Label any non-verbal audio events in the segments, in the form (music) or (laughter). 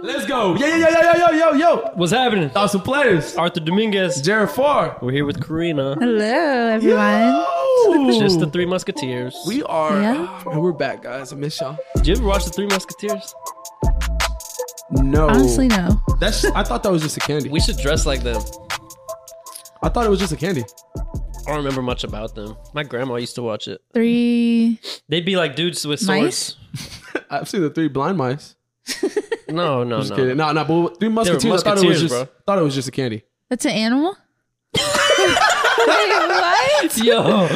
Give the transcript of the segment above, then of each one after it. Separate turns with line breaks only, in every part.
Let's go. Yo, yo, yo, yo, yo, yo, yo, yo.
What's happening?
Awesome players.
Arthur Dominguez.
Jared Farr.
We're here with Karina.
Hello, everyone.
Yo.
Just the Three Musketeers.
We are.
Yeah.
(sighs) and we're back, guys. I miss y'all.
Did you ever watch the Three Musketeers?
No.
Honestly, no.
That's. I thought that was just a candy.
We should dress like them.
I thought it was just a candy. (laughs)
I don't remember much about them. My grandma used to watch it.
Three.
They'd be like dudes with swords.
I've seen the three blind mice.
No, no,
Just
no.
kidding. No, no. But three musketeers. I thought it was
musketeers,
just.
bro.
Thought it was just a candy.
That's an animal? Wait,
(laughs)
what?
Yo.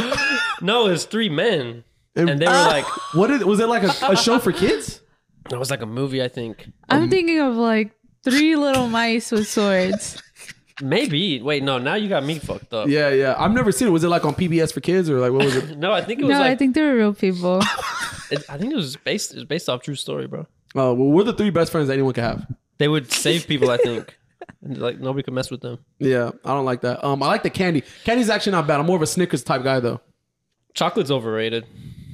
No, it's three men. And they were like,
what did, was it like a, a show for kids?
it was like a movie, I think.
I'm thinking of like three little mice with swords.
Maybe. Wait, no, now you got me fucked
(laughs)
up.
Yeah, yeah. I've never seen it. Was it like on PBS for kids or like what (laughs) was it?
No, I think (laughs) it
No,
was like,
I think they're real people.
it- I think it was based, it was based off true story, bro.
Oh, well, we're the three best friends anyone could have.
They would save people, I think. And, like nobody could mess with them.
Yeah, I don't like that. Um, I like the candy. Candy's actually not bad. I'm more of a Snickers type guy though.
Chocolate's overrated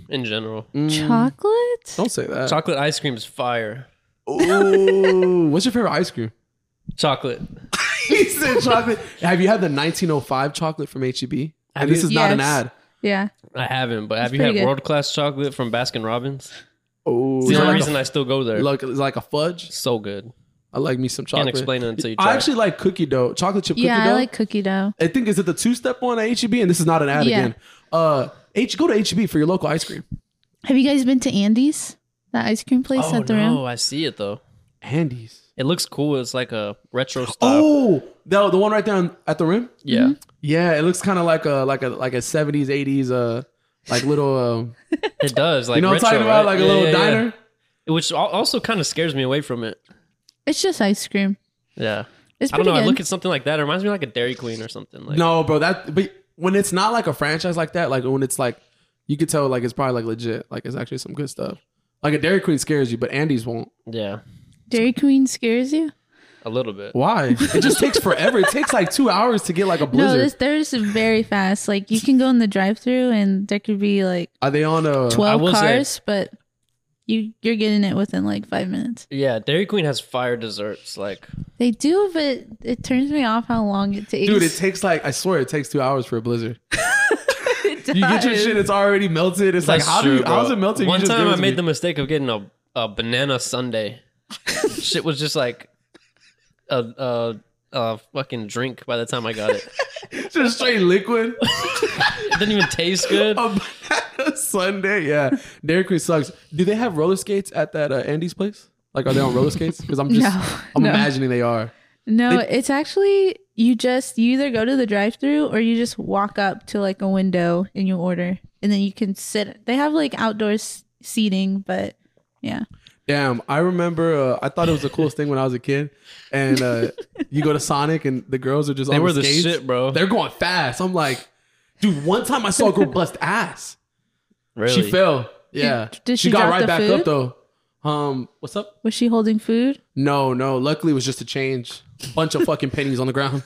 in general. Oh.
Chocolate?
Don't say that.
Chocolate ice cream is fire.
Ooh, what's your favorite ice cream?
Chocolate.
(laughs) he said chocolate. Have you had the 1905 chocolate from HEB? And this is not an
Yes.
ad.
Yeah.
I haven't, but have you had
pretty good.
world class chocolate from Baskin Robbins?
Oh,
The
is it
only
like
reason
a,
I still go there.
like, is it like a fudge.
so good.
I like me some chocolate.
Can't explain it until you try.
I
it.
actually like cookie dough, chocolate chip
Yeah,
cookie
I
dough.
like cookie dough.
I think is it the two step one at HEB, and this is not an ad
Yeah.
again. Uh, H go to HEB for your local ice cream.
Have you guys been to Andy's? That ice cream place
oh
at the
no,
rim?
I see it though.
Andy's.
It looks cool. It's like a retro style.
Oh, the the one right there on, at the rim.
yeah.
Yeah, it looks kind of like a like a like a seventies eighties uh like little um
It does. Like
you know what
retro,
I'm talking about
right?
like a
Yeah,
little
yeah, yeah.
diner.
which al- also kind of scares me away from it.
It's just ice cream.
Yeah.
It's
I don't
pretty
know. I
good.
look at something like that. It reminds me of like a Dairy Queen or something. Like,
No, bro, that but when it's not like a franchise like that, like when it's like you could tell like it's probably like legit, like it's actually some good stuff. Like a Dairy Queen scares you, but Andy's won't.
Yeah.
Dairy Queen scares you?
A little bit.
Why? It just takes forever. It takes like two hours to get like a
No,
blizzard.
this, there's very fast. Like you can go in the drive-through and there could be like
Are they on a?
twelve
will say-
cars, but you you're getting it within like five minutes.
Yeah. Dairy Queen has fire desserts. Like,
They do, but it turns me off how long it takes.
Dude, it takes like I swear it takes two hours for a blizzard. You get
(laughs)
your
does.
shit, it's already melted. It's like
That's
how
true,
do you,
bro.
how's it melted? You
One
just
time
give it
I
to
made
me.
the mistake of getting a, a banana
(laughs)
sundae. Shit was just like a, a a fucking drink by the time I got it.
(laughs) just straight liquid. (laughs)
It didn't even taste good.
Um, (laughs) Sunday, yeah. Dairy Queen sucks. Do they have roller skates at that uh, Andy's place? Like, are they on roller skates? Because I'm just,
(laughs) No,
I'm
no.
imagining they are.
no,
they-
it's actually you just you either go to the drive-through or you just walk up to like a window and you order, and then you can sit. They have like outdoor s- seating, but yeah,
Damn, I remember. Uh, I thought it was the coolest thing when I was a kid. And uh, you go to Sonic, and the girls are just
They
on
were the
the skates.
shit, bro.
They're going fast. I'm like, dude. One time I
(laughs)
saw a girl bust ass.
Really?
She fell. Yeah,
did she
got
drop
right
the
back up
food?
though. Um, what's up?
was she holding food?
No, no. Luckily, it was just a change. Bunch of fucking pennies on the ground.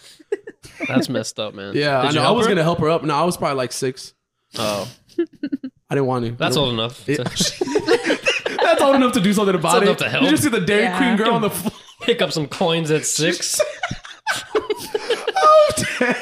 That's messed up, man.
Yeah,
(laughs) Did
I
you
know. I
help
was
her?
gonna help her up. No, I was probably like six.
Oh,
I didn't want to.
that's
I
old enough. (laughs)
Yeah.
To
don't- (laughs) That's old enough to do something about
old
it.
enough to help.
You just see the Dairy
Yeah.
Queen
(laughs)
girl on the floor. (laughs)
pick up some coins at six.
Oh,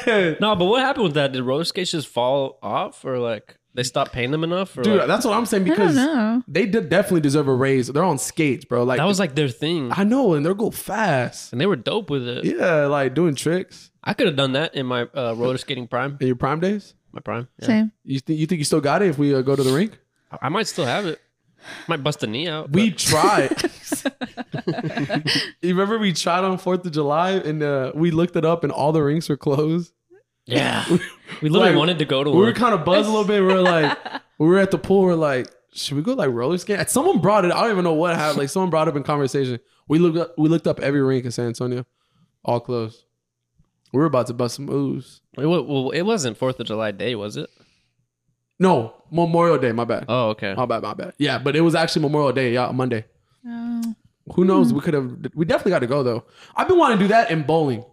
damn.
no, but what happened with that? Did roller skates just fall off, or like they stopped paying them enough? Or
Dude,
like-
that's what I'm saying
I don't
because
know.
they did definitely deserve a raise. They're on skates, bro. Like
that was like their thing,
I know, and they'll go fast.
and they were dope with it.
Yeah, like doing tricks
I could have done that in my uh, roller skating prime.
in your prime days.
My prime. Yeah.
Same.
You think you think you still got it if we uh, go to the rink?
I might still have it. Might bust a knee out.
We (laughs)
but-
tried. you remember we tried on Fourth of July and uh, we looked it up and all the rinks were closed.
(laughs) yeah, we literally
Like,
wanted to go to
we were
one.
kind of buzzed a little bit. We were like, we were at the pool. We're like, should we go like roller skate? Someone brought it. I don't even know what happened. Like someone brought it up in conversation. We looked up, we looked up every rink in San Antonio, all closed. We were about to bust some ooze.
It, wa- well, it wasn't Fourth of July day, was it?
No, Memorial Day. My bad.
Oh, okay.
my bad. My bad. Yeah, but it was actually Memorial Day. Yeah, Monday.
Oh.
Who knows? We could have. We definitely got to go though. I've been wanting to do that in bowling.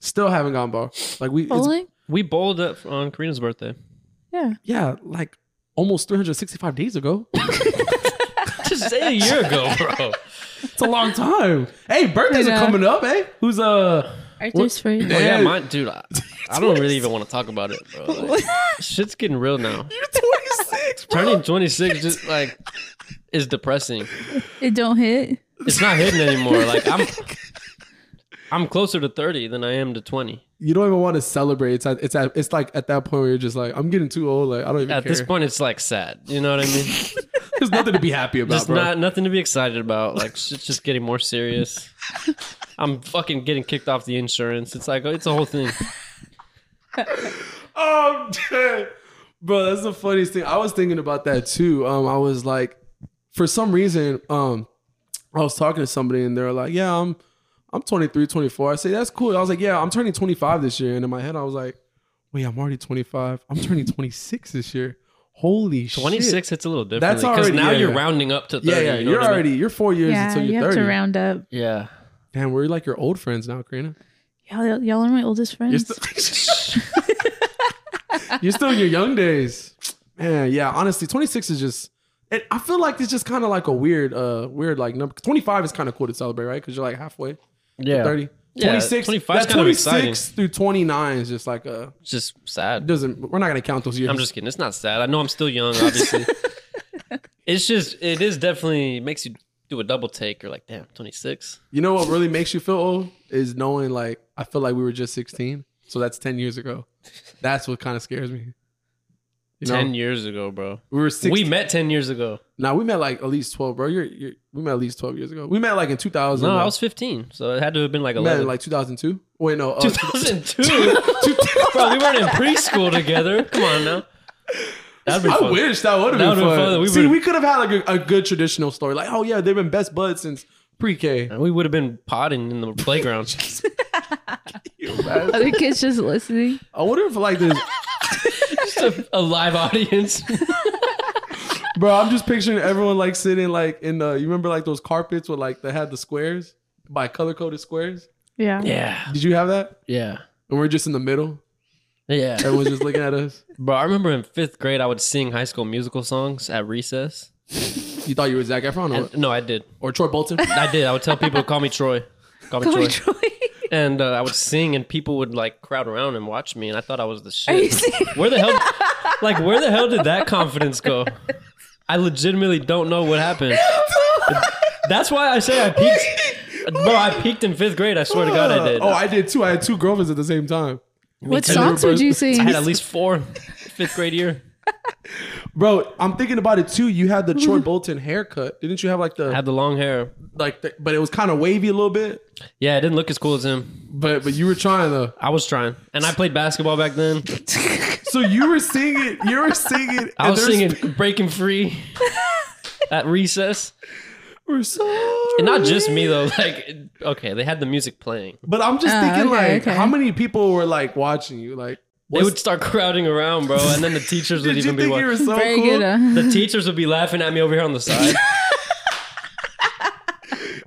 Still haven't gone bowl. Like we. it's-
Bowling?
We bowled up on Karina's birthday.
Yeah.
yeah, like almost 365 days ago.
(laughs) Just say a year ago, (laughs) bro?
(laughs) It's a long time. Hey, birthdays are
Yeah.
coming up. Hey, who's uh?
Arthur's first.
Well, yeah,
Yeah.
mine, dude. I, I don't really even want to talk about it, bro. Like, shit's getting real (laughs) now.
You're 26.
Turning 26 just like is depressing.
It don't hit.
It's not hidden anymore. Like (laughs) I'm, I'm closer to 30 than I am to 20.
You don't even want to celebrate. It's at, it's at, it's like at that point where you're just like, I'm getting too old. Like I don't even
At
care.
this point, it's like sad. You know what I mean?
There's nothing to be happy about,
Just
bro.
not nothing to be excited about. Like shit's just getting
(laughs)
more serious. I'm fucking getting kicked off the insurance. It's like it's a whole thing.
Oh, dude. bro, that's the funniest thing. I was thinking about that too. Um, I was like, for some reason, um, I was talking to somebody and they're like, "Yeah, I'm, I'm 23, 24." I say, "That's cool." I was like, "Yeah, I'm turning 25 this year," and in my head, I was like, "Wait, I'm already 25. I'm turning 26 this year. Holy
26
shit!"
hits a little different
That's
because
already-
now
yeah,
you're
yeah.
rounding up to 30.
Yeah, yeah,
you know
you're
what I mean?
already you're four years
yeah,
until
you
you're
have to
30.
round up.
Yeah.
Damn, we're like your old friends now, Karina.
Y'all, y'all are my oldest
You're
friends.
still, (laughs) you're still in your young days. Man, yeah, honestly, 26 is just it, I feel like it's just kind of like a weird uh weird like number. 25 is kind of cool to celebrate, right? Cuz you're like halfway,
Yeah.
30.
Yeah,
26
25 is
that
kind of exciting.
26 through 29 is just like a
It's just sad.
doesn't we're not going to count those years.
I'm just kidding. It's not sad. I know I'm still young,
(laughs)
obviously. it's just, it is definitely makes you do a double take. You're like, damn, 26.
You know what really makes you feel old is knowing like I feel like we were just 16. So that's 10 years ago. That's what kind of scares me. You know,
10 years ago, bro.
we were 16.
We met 10 years ago.
Now we met like at least twelve, bro. You're, you're we met at least twelve years ago. We met like in two thousand. uh,
No, I was 15. So it had to have been like
we met
11.
in
(laughs)
like two thousand two. Wait, no, uh, (laughs)
2002.
2000
bro, we weren't in preschool together. Come on now. That'd be
I
fun.
wish that would have been,
would've been
fun.
fun. We
See,
would've-
we could have had like a, a good traditional story. Like, oh yeah, they've been best buds since pre-K.
We would have been potting in the playground.
Other kids just listening.
I wonder if like
(laughs)
this,
Just a, a live audience.
bro. I'm just picturing everyone like sitting like in the. You remember like those carpets with like they had the squares by color coded squares.
Yeah.
(laughs) yeah.
Did you have that?
Yeah.
And we're just in the middle.
Yeah.
Everyone's just looking at us.
Bro, I remember in fifth grade, I would sing high school musical songs at recess.
You thought you were Zach Efron or,
And, no, I did.
or Troy Bolton?
(laughs) I did. I would tell people to call me Troy. Call me
Call
Troy.
me Troy.
(laughs) and uh, I would sing, and people would like crowd around and watch me, and I thought I was the
Are you
shit.
serious?
Where the hell, like, where the hell did that confidence go? I legitimately don't know what happened. That's why I say I peaked. Bro, I peaked in fifth grade. I swear to God, I did.
Oh, I did too. I had two girlfriends at the same time.
What
too.
songs would you
I had
sing?
at least four fifth grade year.
Bro, I'm thinking about it too. You had the
(laughs)
Troy Bolton haircut. Didn't you have like
I
the
had the long hair.
like the, but it was kind of wavy a little bit.
Yeah, I didn't look as cool as him.
But but you were trying though.
I was trying, and I played basketball back then.
So you were singing, you were singing.
I
and
was
there's-
singing "Breaking Free" (laughs) at recess,
We're sorry.
and not just me Ah, though. Like, okay, they had the music playing.
But I'm just
Oh,
thinking
okay,
like
okay.
how many people were like watching you like what's-
they would start crowding around, bro, and then the teachers would
Did you
even be
think you were
watching.
so
Very
cool?
good. Uh,
The teachers would be laughing at me over here on the side.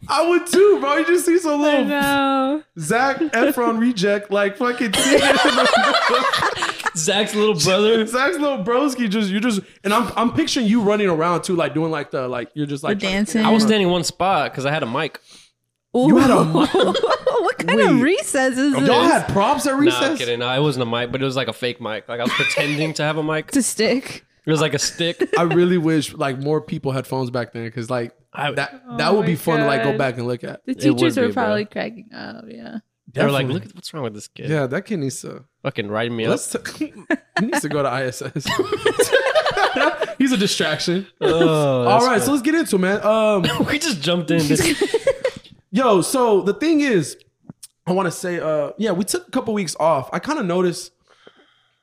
I would too, bro. You just see some little
no.
Zach Efron reject like
(laughs)
fucking singing.
Zach's little brother.
Zach's little broski just you just and I'm I'm picturing you running around too, like doing like the like you're just like
The
trying to get
dancing.
out.
I was standing one spot because I had a mic.
You had a
(laughs) what kind
Wait.
of recess is
Y'all
this?
had props at
Nah, I'm
recess.
kidding. No, it wasn't a mic, but it was like a fake mic. Like I was pretending to have a mic.
to stick.
It was like a stick.
I really wish like more people had phones back then because like
I-
that
Oh
that would be
my
fun to like go
God.
back and look at.
The
It would
teachers were
be, bro.
probably cracking up. Yeah.
They were like,
Definitely.
"Look, at what's wrong with this kid?
Yeah, that kid needs to.
Fucking writing me
Let's. T- he needs to go to ISS. (laughs) He's a distraction.
up." Oh,
All right, so let's get into it, man. Um,
(laughs) we just jumped in. This-
Yo, so the thing is, I want to say, uh, yeah, we took a couple weeks off. I kind of noticed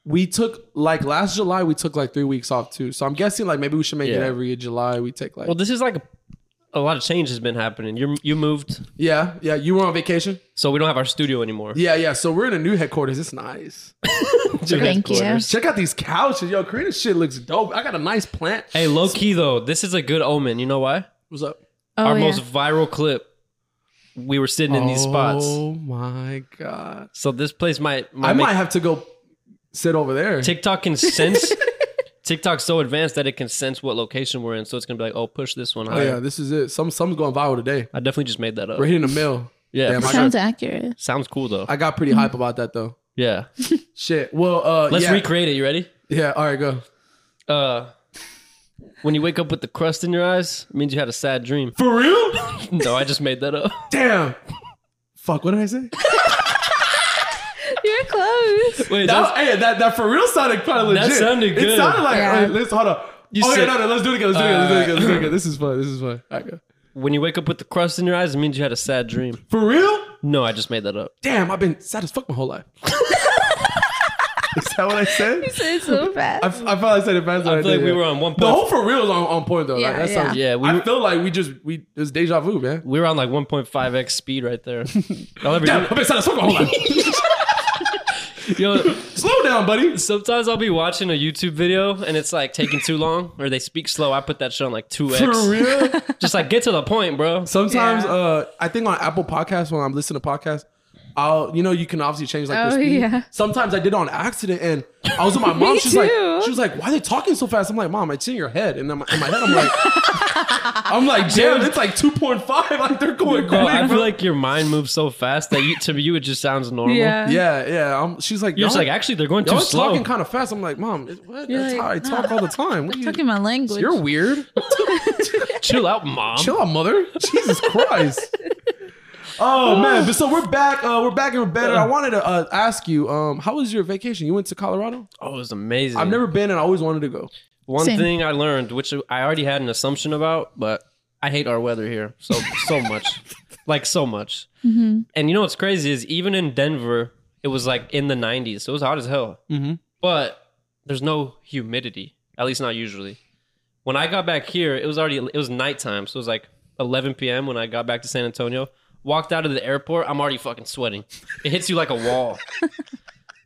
we took like last July, we took like three weeks off too. So I'm guessing like maybe we should make it
Yeah.
every July. We take like,
well, this is like a, a lot of change has been happening. You you moved,
yeah, yeah. You were on vacation,
so we don't have our studio anymore.
yeah, yeah. So we're in a new headquarters. It's nice.
Dude,
Thank you.
headquarters.
Check out these couches, yo. Karina's shit looks dope. I got a nice plant.
Hey, low key though, this is a good omen. You know why?
what's up?
Oh,
our
yeah.
most viral clip. We were sitting in these spots,
Oh my god!
so this place might might,
I
make
might have to go sit over there.
TikTok can sense (laughs) TikTok's so advanced that it can sense what location we're in, so it's gonna be like, oh, push this one
Oh
higher.
yeah, this is it. Some some's going viral today.
I definitely just made that up.
We're hitting a mill.
Yeah,
Damn,
for
I
sure.
Sounds accurate.
sounds cool though.
I got pretty hype about that though.
yeah,
Shit. Well, uh,
let's
yeah,
recreate it. You ready?
yeah. All right, go.
Uh, when you wake up with the crust in your eyes, it means you had a sad dream. (laughs)
For real?
no, I just made that
(laughs)
up. (laughs)
Damn. Fuck. What did I say?
(laughs) You're close.
That,
Wait, that's,
was- hey, that, that for real sounded kind of legit.
That sounded
It
good.
sounded like.
Yeah.
all right, let's hold on.
You
oh yeah,
said-
no, no. Let's do it again. Let's do it again. Let's do it again. Let's do it
(laughs)
again. This is fun. This is fun. All right, go.
when you wake up with the crust in your eyes, it means you had a sad dream.
For real?
No, I just made that up.
Damn, I've been sad as fuck my whole life. (laughs) is that what I said?
Say it so fast.
I, I feel like I said it faster. than
I feel like
did,
we
yeah.
were on one
The
point.
whole for real is on, on point though.
Yeah,
that, that sounds.
yeah, we
I
were,
feel like we just we it's deja vu, man.
we were on like 1.5x speed
(laughs)
right there. I'll never
Damn,
do
I've been sad as fuck my whole
(laughs)
life.
it. Yo,
Slow down, buddy.
sometimes I'll be watching a YouTube video and it's like taking too long or they speak slow. I put that shit on like 2x.
For real.
(laughs)
Just like get to the point,
(laughs)
bro.
Sometimes
Yeah.
uh I think on Apple Podcasts when I'm listening to podcasts, I'll you know you can obviously change like the
Oh,
speed.
yeah.
Sometimes I did it on accident and I was with
(laughs)
my mom.
Me
She's like
too.
she was like, Why are they talking so fast? I'm like, Mom, it's in your head. And in my, in my head I'm
(laughs)
like I'm like, damn, it's like two point five, like they're going
Bro, I
quick,
feel
bro.
like your mind moves so fast that you, to you it just sounds normal.
yeah.
yeah, yeah. I'm, she's like,
You're just
"Y'all-
like, actually, they're going
y'all
too
are
slow.
talking kind of fast. I'm like, Mom, it- what?
You're
That's
like,
how I talk all the time. What do you,
Talking my language.
you're weird.
Chill out, mom.
Chill out,
(laughs)
mother. Jesus Christ. Oh
Ah.
man, but so we're back. Uh, we're back and we're better. I wanted to uh, ask you, um, how was your vacation? You went to Colorado.
Oh, it was amazing.
I've never been, and I always wanted to go.
One
Same.
thing I learned, which I already had an assumption about, but I hate our weather here so so much, like so much. And you know what's crazy is even in Denver, it was like in the 90s, so it was hot as hell.
Mhm.
But there's no humidity, at least not usually. When I got back here, it was already it was nighttime, so it was like 11 p.m. when I got back to San Antonio. Walked out of the airport, I'm already fucking sweating. It hits you like a wall.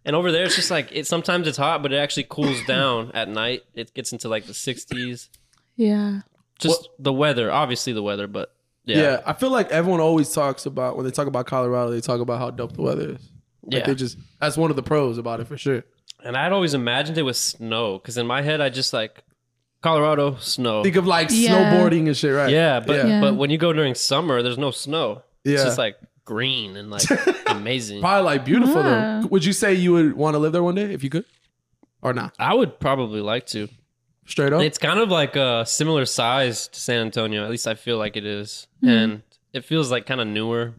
And over there, it's just like it. Sometimes it's hot, but it actually
(coughs)
cools down at night. It gets into like the 60s.
yeah.
Just the weather, obviously the weather, but
Yeah.
yeah,
I feel like everyone always talks about when they talk about Colorado, they talk about how dope the weather is. Like
Yeah.
they just that's one of the pros about it for sure.
And I'd always imagined it was snow because in my head, I just like Colorado snow.
Think of like
Yeah.
snowboarding and shit, right?
Yeah, but
Yeah.
Yeah.
but when you go during summer, there's no snow. It's
Yeah.
just like green and like
(laughs)
amazing.
probably like beautiful
Yeah.
though. Would you say you would want to live there one day if you could, or not?
I would probably like to.
Straight up,
It's kind of like a similar size to San Antonio. At least I feel like it is,
Mhm.
and it feels like kind of newer,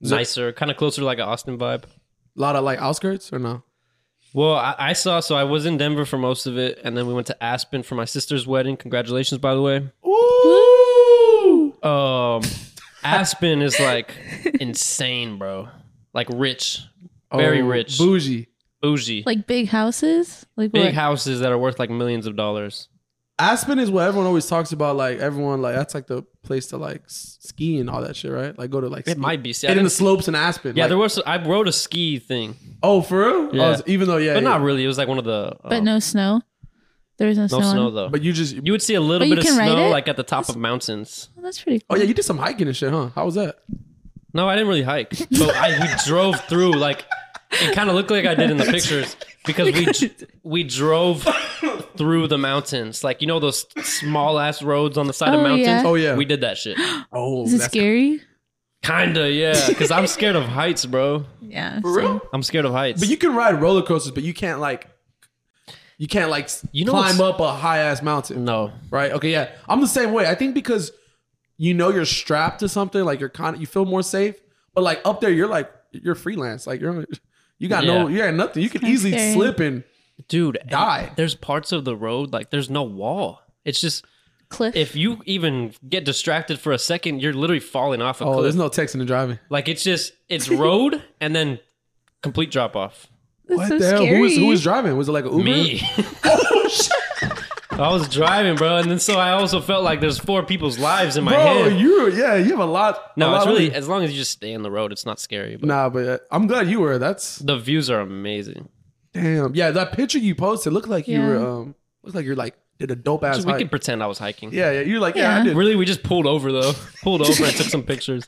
Is it-
nicer, kind of closer to like an Austin vibe.
a lot of like outskirts or no?
Well, I, I saw. So I was in Denver for most of it, and then we went to Aspen for my sister's wedding. Congratulations, by the way.
Ooh.
(laughs)
Um, Aspen is like insane, bro. Like rich, Very rich.
Oh, bougie.
bougie,
Like big houses. Like
big
what?
houses that are worth like millions of dollars.
Aspen is what everyone always talks about. Like everyone, like that's like the place to like s- ski and all that shit, right? Like go to like
It
ski-
might be. See, I
hit in the
didn't-
slopes in Aspen.
yeah,
like-
there was. I rode a ski thing,
oh for real?
Yeah.
Oh, it's- even though yeah,
but not
yeah.
really. It was like one of the.
But
um,
no snow. There was no,
no
snow.
snow
on-
though.
But you just
you would see a little
But you
bit of
can ride
snow
it?
like at the top of mountains.
Well, that's pretty
oh
cool.
yeah, you did some hiking and shit, huh? How was that?
No, I didn't really hike. So I
(laughs)
we drove through like it kind of looked like I did in the pictures because we dr- we drove through the mountains. Like you know those small ass roads on the side of
Oh,
mountains.
yeah.
Oh yeah,
We did that shit.
Oh,
Is it
that's-
scary?
Kinda, yeah. Because I'm scared of heights, bro.
Yeah.
for real.
I'm scared of heights.
But you can ride roller coasters, but you can't like you can't like
You know
climb
what's-
up a high ass mountain.
no.
Right? Okay, yeah. I'm the same way. I think because you know you're strapped to something, like you're kind of you feel more safe. But like up there, you're like you're freelance. Like you're you got no you got nothing. You can
kinda
easily
scary.
slip and
Dude,
Die.
There's parts of the road like there's no wall. It's just
Cliff.
if you even get distracted for a second, you're literally falling off a
oh,
cliff.
there's no texting and driving.
like it's just it's road and then complete drop off.
that's so scary.
Who was who was driving? Was it like an Uber?
Me. (laughs) I was driving, bro, and then so I also felt like there's four people's lives in my
Bro,
head.
you yeah, you have a lot. a
No,
lot
it's
of-
really as long as you just stay in the road, it's not scary. But
Nah, but uh, I'm glad you were. That's
the views are amazing.
damn. Yeah, that picture you posted looked like you
Yeah.
were um looked like you're like did a dope ass
we
hike.
could pretend I was hiking.
yeah, yeah. You're like, yeah, I
Yeah.
did.
Really, we just pulled over though. (laughs) pulled over and took some pictures.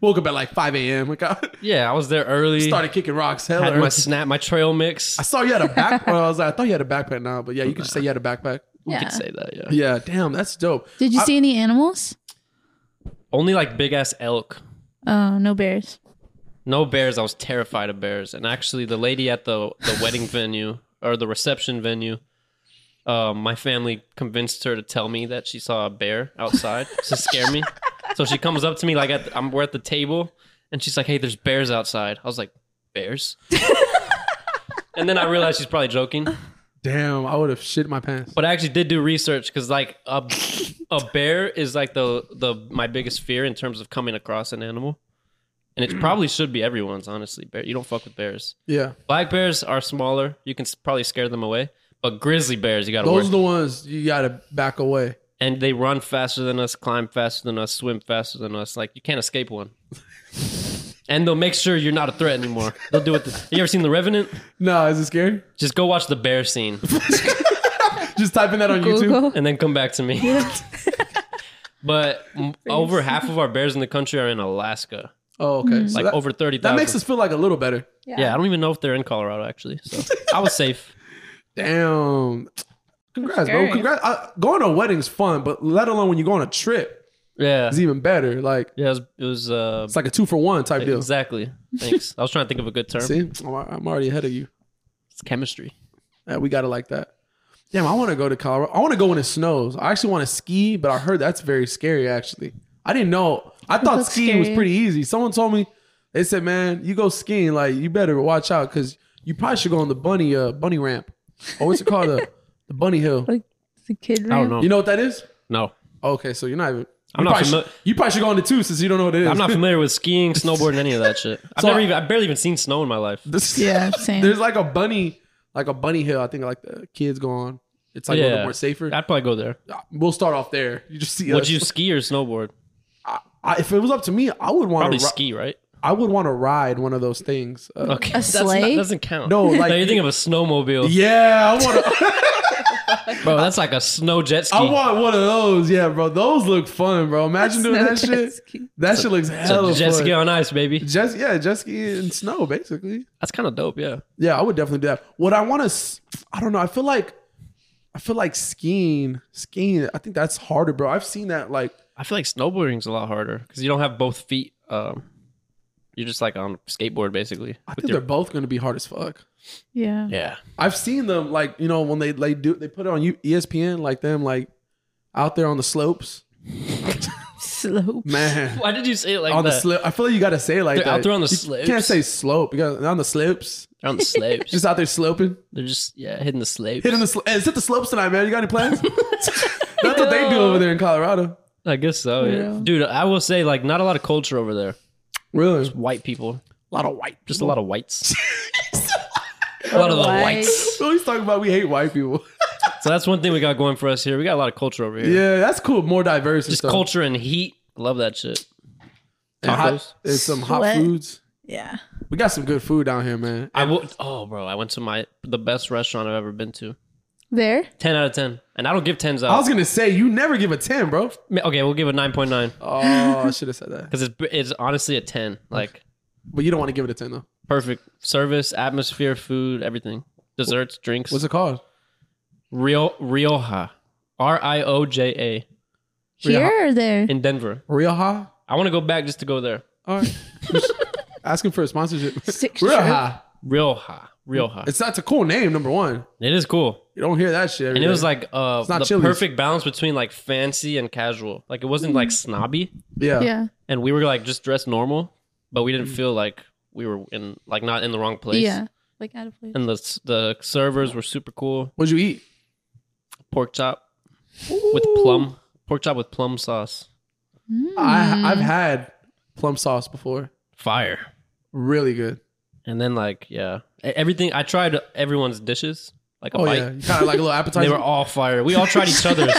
Woke up at like 5 a.m. Like I (laughs)
Yeah, I was there early.
started kicking rocks. Hell,
had my
I
snap, my trail mix.
saw you had a backpack. I was like, I thought you had a backpack now, but yeah, you could just say you had a backpack.
We
Yeah.
could say that. Yeah.
Yeah, damn, that's dope.
Did you
I-
see any animals?
Only like big ass elk.
Oh, no bears.
No bears. I was terrified of bears. And actually, the lady at the the wedding (laughs) venue or the reception venue, uh, my family convinced her to tell me that she saw a bear outside to scare me. So she comes up to me like at the, I'm we're at the table, and she's like, "Hey, there's bears outside." I was like, "Bears." (laughs) And then I realized she's probably joking,
Damn, I would have shit my pants.
but I actually did do research because, like, a, a bear is like the the my biggest fear in terms of coming across an animal, and it probably should be everyone's. Honestly, bear you don't fuck with bears.
Yeah,
Black bears are smaller. You can s- probably scare them away. But grizzly bears, you got to
those are
work.
the ones you gotta back away.
And they run faster than us, climb faster than us, swim faster than us. Like, you can't escape one. and they'll make sure you're not a threat anymore. They'll do it. The, you ever seen The Revenant?
No, is it scary? (laughs)
Just go watch the bear scene
Just typing that on YouTube.
(laughs)
(laughs) Google.
and then come back to me. But m- over half of our bears in the country are in Alaska.
Oh, okay. So
Like,
that,
over 30,000.
that makes us feel like a little better.
Yeah, I don't even know if they're in Colorado, actually. So I was
(laughs)
safe.
Damn. Congrats, bro.
Scary.
Congrats. I, going to a wedding's fun, but let alone when you go on a trip,
Yeah.
it's even better. Like
Yeah, it was, it was uh,
it's like a two for one type deal.
exactly. Thanks. I was trying to think of a good term.
See, I'm I'm already ahead of you.
It's chemistry.
Yeah, we got it like that. Damn, I want to go to Colorado. I want to go when it snows. I actually want to ski, but I heard that's very scary. Actually, I didn't know. I thought
looks
skiing was
scary.
pretty easy. Someone told me they said, "Man, you go skiing, like you better watch out because you probably should go on the bunny uh bunny ramp, or what's it called the (laughs) the bunny hill."
Like the kid
I don't
ramp?
know.
You know what that is?
no,
Okay, so you're not even. you
I'm not
Probably
fami-
should, you probably should go on the two since you don't know what it is. (laughs)
I'm not familiar with skiing, snowboarding, any of that shit. I've
So
never
I-
even, I've barely even seen snow in my life.
This- (laughs)
Yeah, same.
There's like a bunny, like a bunny hill. I think like the kids go on. It's like a little
Yeah.
more safer.
I'd probably go there.
we'll start off there. You just see.
Would
us.
you ski or snowboard?
I, I, if it was up to me, I would want
Probably
to. Ri-
ski, right?
I would want to ride one of those things. Uh,
Okay, that's
sleigh?
not, doesn't count.
No, like-
no, you think of a snowmobile,
Yeah, I
(laughs)
want. to
bro. That's like a snow jet ski.
I want one of those. Yeah, bro. Those look fun, bro. Imagine doing
Snow
that
jet
shit.
ski.
That shit looks
It's a
hella
jet
fun.
ski on ice, baby.
Just yeah, jet ski and snow basically.
That's kind of dope. Yeah,
Yeah, I would definitely do that. What I want to, I don't know. I feel like, I feel like skiing, skiing. I think that's harder, bro. I've seen that. Like,
I feel like snowboarding's a lot harder because you don't have both feet. Um, you're just like on a skateboard basically.
I
with
think
your-
they're both going to be hard as fuck.
Yeah.
yeah,
I've seen them like you know when they they do they put it on E U- ESPN like them like out there on the slopes.
Slope.
Man,
why did you say it like
on the
that?
slope. I feel like you got to say it like
They're
that.
out there on the
you
slopes.
Can't say slope. You got on the slopes.
They're on the
(laughs)
slopes.
Just out there sloping,
they're just yeah hitting the slopes.
hitting the. Sl- hey, sit the slopes tonight, man. You got any
(laughs)
plans? That's what they do over there in Colorado.
I guess so. Yeah.
Yeah.
Dude, I will say like not a lot of culture over there.
Really, a
White people,
lot of white.
just a lot of whites. a lot of the
White.
whites.
(laughs) We always talk about we hate white people.
So that's one thing we got going for us here. We got a lot of culture over here.
Yeah, that's cool. More diverse. and
Just
stuff.
culture and heat. Love that shit.
And
Tacos.
hot, and some hot
Sweat.
foods.
Yeah.
We got some good food down here, man.
I will. Oh, bro, I went to my the best restaurant I've ever been to.
There?
Ten out of ten, and I don't give tens
I
out.
was gonna say you never give a ten, bro.
okay, we'll give it nine point nine
Oh, I should have said that.
because it's it's honestly a ten. Like
But you don't want to give it a ten though.
perfect service, atmosphere, food, everything, desserts, drinks.
What's it called?
Rio Rioja, R I O J
Yeah.
Here or there?
A in Denver.
Rioja.
I want to go back just to go there.
All
(laughs)
right. Asking for a sponsorship.
Six
Rioja.
Rioja, Rioja.
It's that's a cool name. Number one,
It is cool,
you don't hear that shit. every
and it
day.
was like uh,
not
the
Chili's.
perfect balance between like fancy and casual. Like it wasn't like snobby,
yeah,
Yeah.
and we were like just dressed normal, but we
Mm.
didn't feel like we were in like not in the wrong place.
Yeah. Like out of place.
and the the servers were super cool.
What'd you eat?
Pork chop with plum, pork chop with plum sauce,
I I've had plum sauce before.
fire.
Really good.
And then like yeah, E- everything. I tried everyone's dishes like a
Oh
bite.
yeah, you kind of like
(laughs)
a little appetizer. (laughs)
They were all fire. We all tried each other's.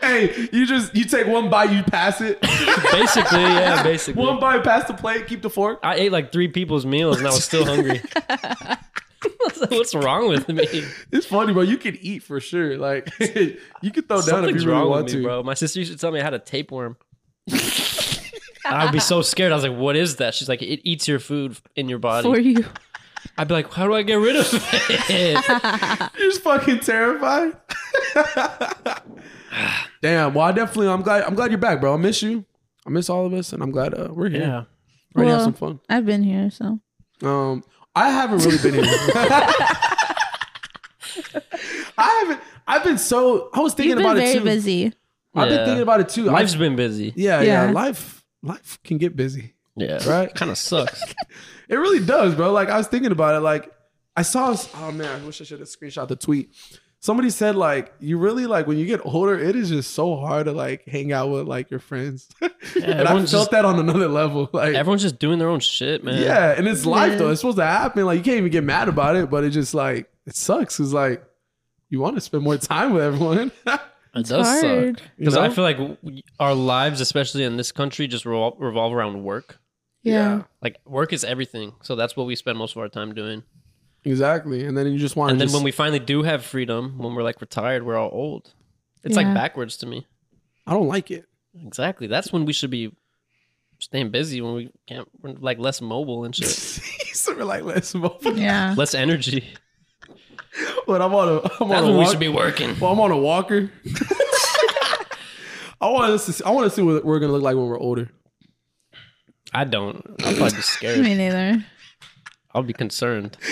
hey, you just you take one bite, you pass it. (laughs)
basically, yeah, basically.
one bite, pass the plate, keep the fork. (laughs)
I ate like three people's meals and I was still hungry. like, (laughs) what's wrong with me?
It's funny, bro. You can eat for sure. Like (laughs) you can throw down if
Something's
you really
wrong
want
with
to.
me, bro. My sister used to tell me I had
(laughs)
a tapeworm. I would be so scared. I was like, "What is that?" She's like, "It eats your food in your body."
for you.
I'd be like, "How do I get rid of
(laughs)
it?"
You're just fucking
(sighs)
terrified. Damn. Well, I definitely. I'm glad. I'm glad you're back, bro. I miss you. I miss all of us, and I'm glad uh, we're here. Ready to have
Well-
some fun.
I've been here, so
Um, I haven't really been here. I haven't. I've been so. I was thinking
you've been
about it
very
too.
busy.
I've
Yeah.
been thinking about it too. I-
life's been busy.
yeah, yeah,
Yeah.
Life, life can get busy.
Yeah, (laughs)
Right.
Kind of sucks.
It really does, bro. Like I was thinking about it. Like I saw. Oh man, I wish I should have screenshot the tweet. Somebody said like you really like when you get older, it is just so hard to like hang out with like your friends. (laughs) and I felt
everyone's just-
that on another level. (laughs) Like
Everyone's just doing their own shit, man.
yeah, and it's life
Yeah.
though. It's supposed to happen. Like you can't even get mad about it, but it just like it sucks. Cause like you want to spend more (laughs) time with everyone.
it does
hard.
suck. Because
You
I
know?
feel like w- our lives, especially in this country, just revol- revolve around work.
Yeah.
Like work is everything, so that's what we spend most of our time doing.
exactly. And then you just want
And
to.
then when we finally do have freedom, when we're like retired, we're all old. It's like
Yeah.
backwards to me.
I don't like it. (laughs)
Exactly. That's when we should be staying busy when we can't we're like less mobile and (laughs) shit.
so we're like, let's move.
(laughs)
Yeah.
less energy.
But I'm on a. I'm
That's
on a
when we
walk-
should be working.
Well, I'm on a walker. (laughs)
(laughs)
I want us to. See, I want to see what we're gonna look like when we're older.
I don't. I'd probably (laughs) be scared.
Me neither.
I'll be concerned. (laughs)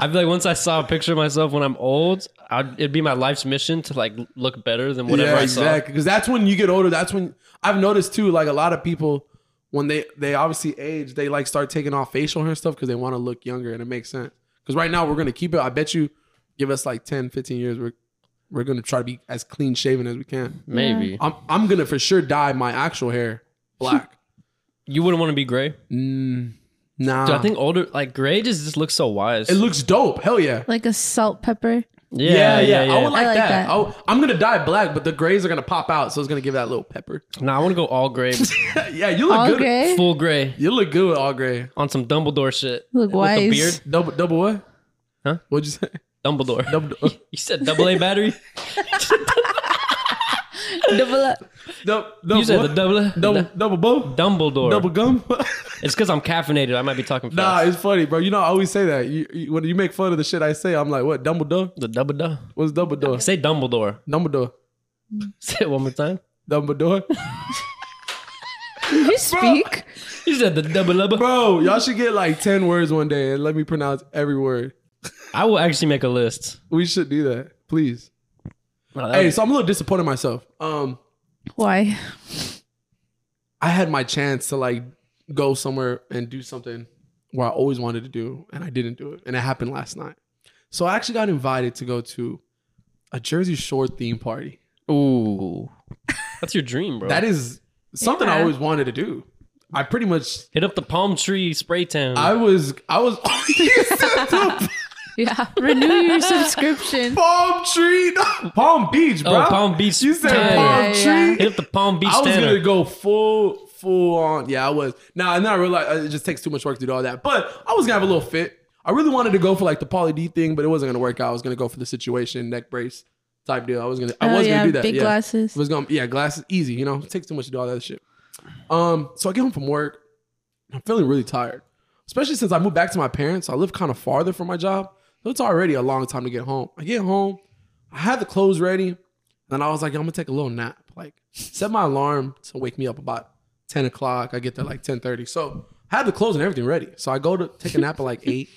I feel like once I saw a picture of myself when I'm old, I'd, it'd be my life's mission to like look better than whatever I saw.
Because that's when you get older. That's when I've noticed too. Like a lot of people, when they they obviously age, they like start taking off facial hair and stuff because they want to look younger, and it makes sense. Because right now we're gonna keep it. I bet you, give us like 10, 15 years, we're we're gonna try to be as clean shaven as we can.
Maybe
I'm I'm gonna for sure dye my actual hair black.
you wouldn't want to be gray.
(laughs) mm, nah,
Dude, I think older like gray just just looks so wise.
it looks dope. Hell yeah.
Like a salt pepper.
Yeah, yeah, I would like,
I like
that.
that.
I'll, I'm gonna dye black, but the grays are gonna pop out, so it's gonna give that little pepper.
Nah, I want to go all gray,
(laughs) yeah, you look
All
good.
gray.
full gray
You look good with all gray.
on some Dumbledore shit. With
Look
the
wise.
beard,
Double, double what?
Huh?
What'd you say?
Dumbledore.
Double, uh, (laughs) double,
you said double A battery.
(laughs) Double up.
double, double,
you said the
double,
double A-
(laughs) double, double, bow?
Dumbledore.
double gum. (laughs)
It's because I'm caffeinated. I might be talking fast.
nah, it's funny, bro. You know I always say that. You, you, when you make fun of the shit I say, I'm like, what? Dumbledore?
the double duh.
What's Dumbledore?
Say Dumbledore. (laughs)
Dumbledore.
Say it one more time.
Dumbledore. (laughs)
Did you speak?
You said the double double.
Bro, y'all should get like ten words one day and let me pronounce every word.
I will actually make a list.
We should do that, please.
Nah, that-
Hey, so I'm a little disappointed in myself. Um.
Why?
I had my chance to like go somewhere and do something where I always wanted to do, and I didn't do it, and it happened last night. So I actually got invited to go to a Jersey Shore theme party.
ooh, that's your dream, bro.
That is something I
Yeah.
always wanted to do. I pretty much
Hit up the palm tree spray town.
I was I was (laughs)
Yeah. Renew your subscription.
Palm Tree, (laughs) Palm Beach,
oh,
bro.
Palm Beach.
You said
Tanner.
Palm
Yeah, yeah,
Tree.
yeah.
Hit up the Palm Beach.
I was
Tanner.
gonna go full, full on. Yeah, I was. Now, now I realize uh, it just takes too much work to do all that. But I was gonna have a little fit. I really wanted to go for like the poly D thing, but it wasn't gonna work out. I was gonna go for the situation neck brace type deal. I was gonna, I
oh
was
yeah,
gonna do that.
big
yeah.
glasses.
I was gonna, yeah, glasses easy. You know, it takes too much to do all that other shit. Um, so I get home from work. and I'm feeling really tired, especially since I moved back to my parents. I live kind of farther from my job, so it's already a long time to get home. I get home, I had the clothes ready, and I was like, I'm gonna take a little nap. Like, set my alarm to wake me up about 10 o'clock. I get there like 10:30. So I had the clothes and everything ready. So I go to take a nap at like eight.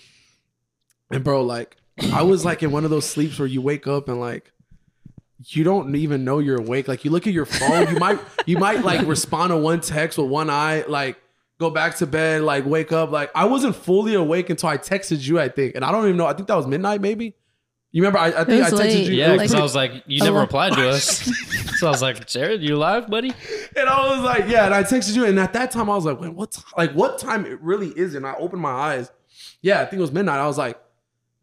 And bro, like I was like in one of those sleeps where you wake up and like you don't even know you're awake. Like you look at your phone, you might you might like respond to one text with one eye, like go back to bed, like wake up. Like I wasn't fully awake until I texted you, I think. And I don't even know. I think that was midnight, maybe. You remember I, I think I
was
texted
late.
you.
yeah,
it
because
pretty-
I was like, you never
Oh.
replied to us. so I was like, Jared, you alive, buddy?
And I was like, yeah. And I texted you, and at that time I was like, wait, what? Time? Like, what time it really is? And I opened my eyes. Yeah, I think it was midnight. I was like,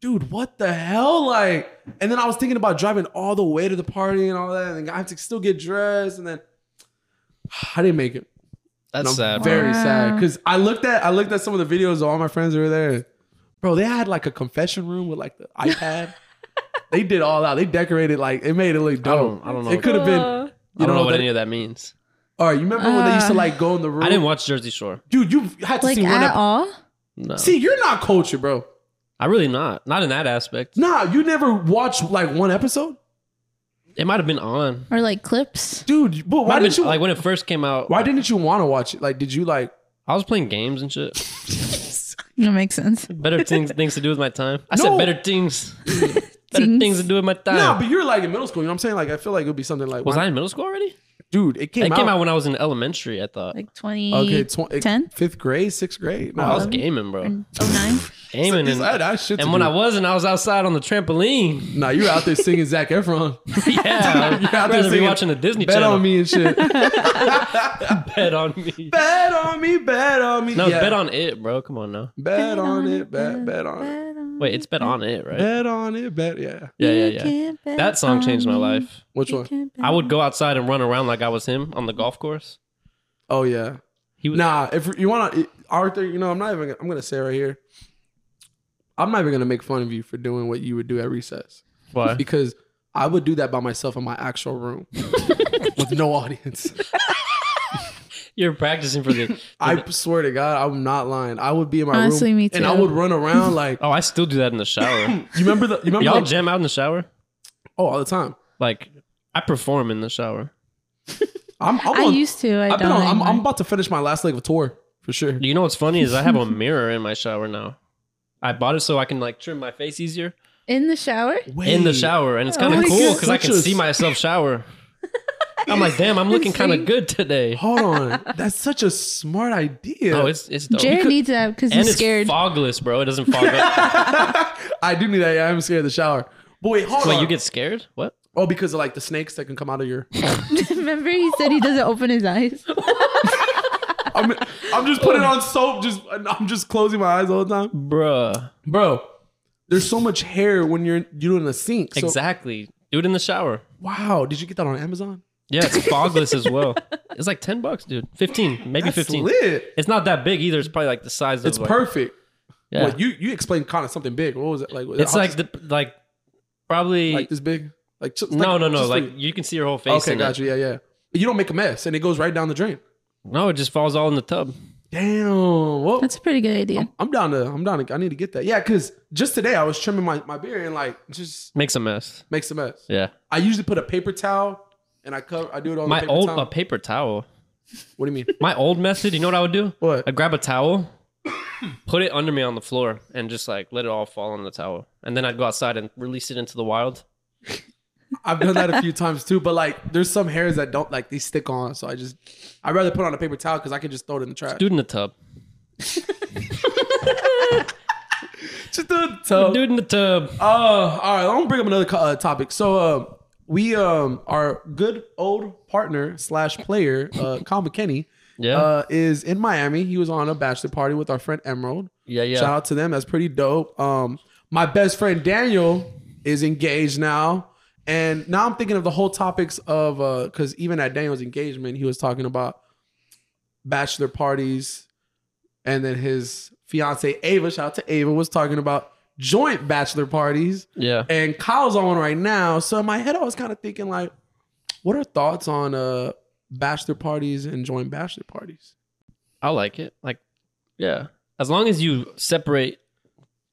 dude, what the hell? Like, and then I was thinking about driving all the way to the party and all that, and I have to still get dressed, and then (sighs) I didn't make it.
That's
And I'm
sad. bro.
Very
Wow.
sad because I looked at I looked at some of the videos of all my friends who were there. Bro, they had like a confession room with like the iPad. they did all out. They decorated like it made it look
I don't-
dope.
I don't know.
It could have been. You
Uh,
I don't know what
that-
any of that means.
All right, you remember when they used to
Uh,
like go in the room?
I didn't watch Jersey Shore.
Dude, you had to
like
see one.
at
Ep-
all.
No,
see, you're not cultured, bro.
I really not. Not in that aspect.
Nah, you never watched like one episode,
It might have been on.
or like clips.
dude. But why
Might have
didn't
been-
you?
like when it first came out?
why didn't you want to watch it? Like, did you like?
I was playing games and shit.
That makes sense.
(laughs)
Better things things to do with my time. I
No.
said better
(laughs)
things. better
Things.
things. to do with my time.
Nah, but you're like in middle school. You know what I'm saying? Like, I feel like it would be something like.
was
why-
I in middle school already?
Dude, it came,
It
out.
came out when I was in elementary. I thought.
Like 20,
okay, tw- it-
10?
fifth grade, sixth grade. No,
I was
Eleven?
gaming, bro.
or 09.
Gaming
It's-
and,
I- I shit to
and when
do.
I wasn't, I was outside on
(laughs)
the trampoline. (laughs)
Nah, you were out there singing Zach Efron.
yeah,
You're out
I'd
there
rather be
singing,
watching the Disney
bet
Channel.
on me and shit.
(laughs) Bet on me.
bet on me, bet on me.
No,
Yeah.
bet on it, bro. Come on now.
Bet on it, bet, bet on it.
Wait, it's bet on it, right?
Bet on it, bet. Yeah.
Yeah, yeah, yeah. That song changed my life.
Which one?
I would go outside and run around like I was him on the golf course.
Oh yeah.
He was
Nah, if you want to, Arthur, you know, I'm not even. Gonna, I'm gonna say right here. I'm not even gonna make fun of you for doing what you would do at recess
Why?
because I would do that by myself in my actual room with no audience.
(laughs) You're practicing
(laughs)
for the.
I swear to God, I'm not lying. I would be in my
Honestly,
room
me
and I
too.
would run
(laughs)
around like
Oh, I still do that in the
(laughs)
shower.
you remember the you remember
Y'all
like,
jam out in the shower?
oh all the time.
Like, I perform in the shower.
I'm, I'm
I
on,
used to. I
I've
don't.
been on, I'm,
anymore.
I'm about to finish my last leg of tour for sure.
You know what's funny is
(laughs)
I have a mirror in my shower now. I bought it so I can like trim my face easier
in the shower.
in the shower, and it's kind
Oh
of
my
cool because I
goodness.
can see
(laughs)
myself shower. I'm like, damn, I'm looking kind of good today.
Hold on, that's such a smart idea.
(laughs) Oh, it's it's dope.
Jared needs that because
and
he's
it's
scared.
fogless, bro. It doesn't
(laughs)
fog up.
I do need that. Yeah, I'm scared of the shower. But wait, hold
Wait,
on.
you get scared? What?
oh, because of like the snakes that can come out of your.
(laughs) Remember, he said he doesn't open
(laughs)
his eyes.
I'm, I'm just putting on soap. Just I'm just closing my eyes all the time,
Bruh.
bro. There's so much hair when you're you're in the sink. So,
Exactly. Do it in the shower.
Wow, did you get that on Amazon? (laughs)
Yeah, it's fogless as well. It's like ten bucks, dude. Fifteen, maybe
That's
fifteen.
lit.
It's not that big either. It's probably like the size of
It's
like,
perfect.
Yeah.
Well, you you explained kind of something big. What was it like? was it
it's like
just-
the like probably
like this big. Like just,
no
like,
no no
just
like you can see your whole face.
okay,
in
got
it.
you. Yeah, yeah. But you don't make a mess, and it goes right down the drain.
No, it just falls all in the tub.
Damn. Well,
That's a pretty good idea.
I'm down to. I'm down to. I need to get that. Yeah, because just today I was trimming my my beard and like just
Makes a mess.
makes a mess.
Yeah,
I usually put a paper towel and I cover. I do it on
my
the paper
old
towel.
a paper towel.
What do you mean?
My old method. You know what I would do?
What?
I grab a towel, put it under me on the floor, and just like let it all fall on the towel, and then I'd go outside and release it into the wild.
I've done that a few times too, but like there's some hairs that don't like they stick on, so I just I'd rather put on a paper towel because I can just throw it in the trash.
Dude in the tub.
just throw it in the tub.
Dude in the tub.
Uh, all right, I'm gonna bring up another co- uh, topic. So, um, we um, our good old partner slash player, uh, Kyle McKinney,
Yeah.
uh, is in Miami. He was on a bachelor party with our friend Emerald.
yeah, yeah.
Shout out to them. That's pretty dope. Um, my best friend Daniel is engaged now. And now I'm thinking of the whole topics of uh because even at Daniel's engagement, he was talking about bachelor parties, and then his fiance Ava, shout out to Ava, was talking about joint bachelor parties.
yeah.
And Kyle's on one right now. So in my head, I was kind of thinking like, what are thoughts on uh bachelor parties and joint bachelor parties?
I like it. Like, yeah. As long as you separate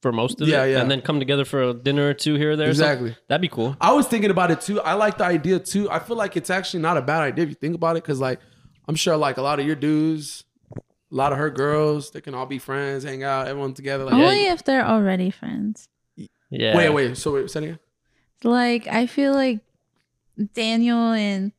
for most of
Yeah,
it
yeah.
and then come together for a dinner or two here or there. or something,
Exactly.
that'd be cool.
I was thinking about it too. I like the idea too. I feel like it's actually not a bad idea if you think about it, because like I'm sure like a lot of your dudes, a lot of her girls, they can all be friends, hang out, everyone together.
Oh,
Like,
Only if they're already friends.
Yeah.
wait, wait. So wait, say it again.
Like I feel like Daniel and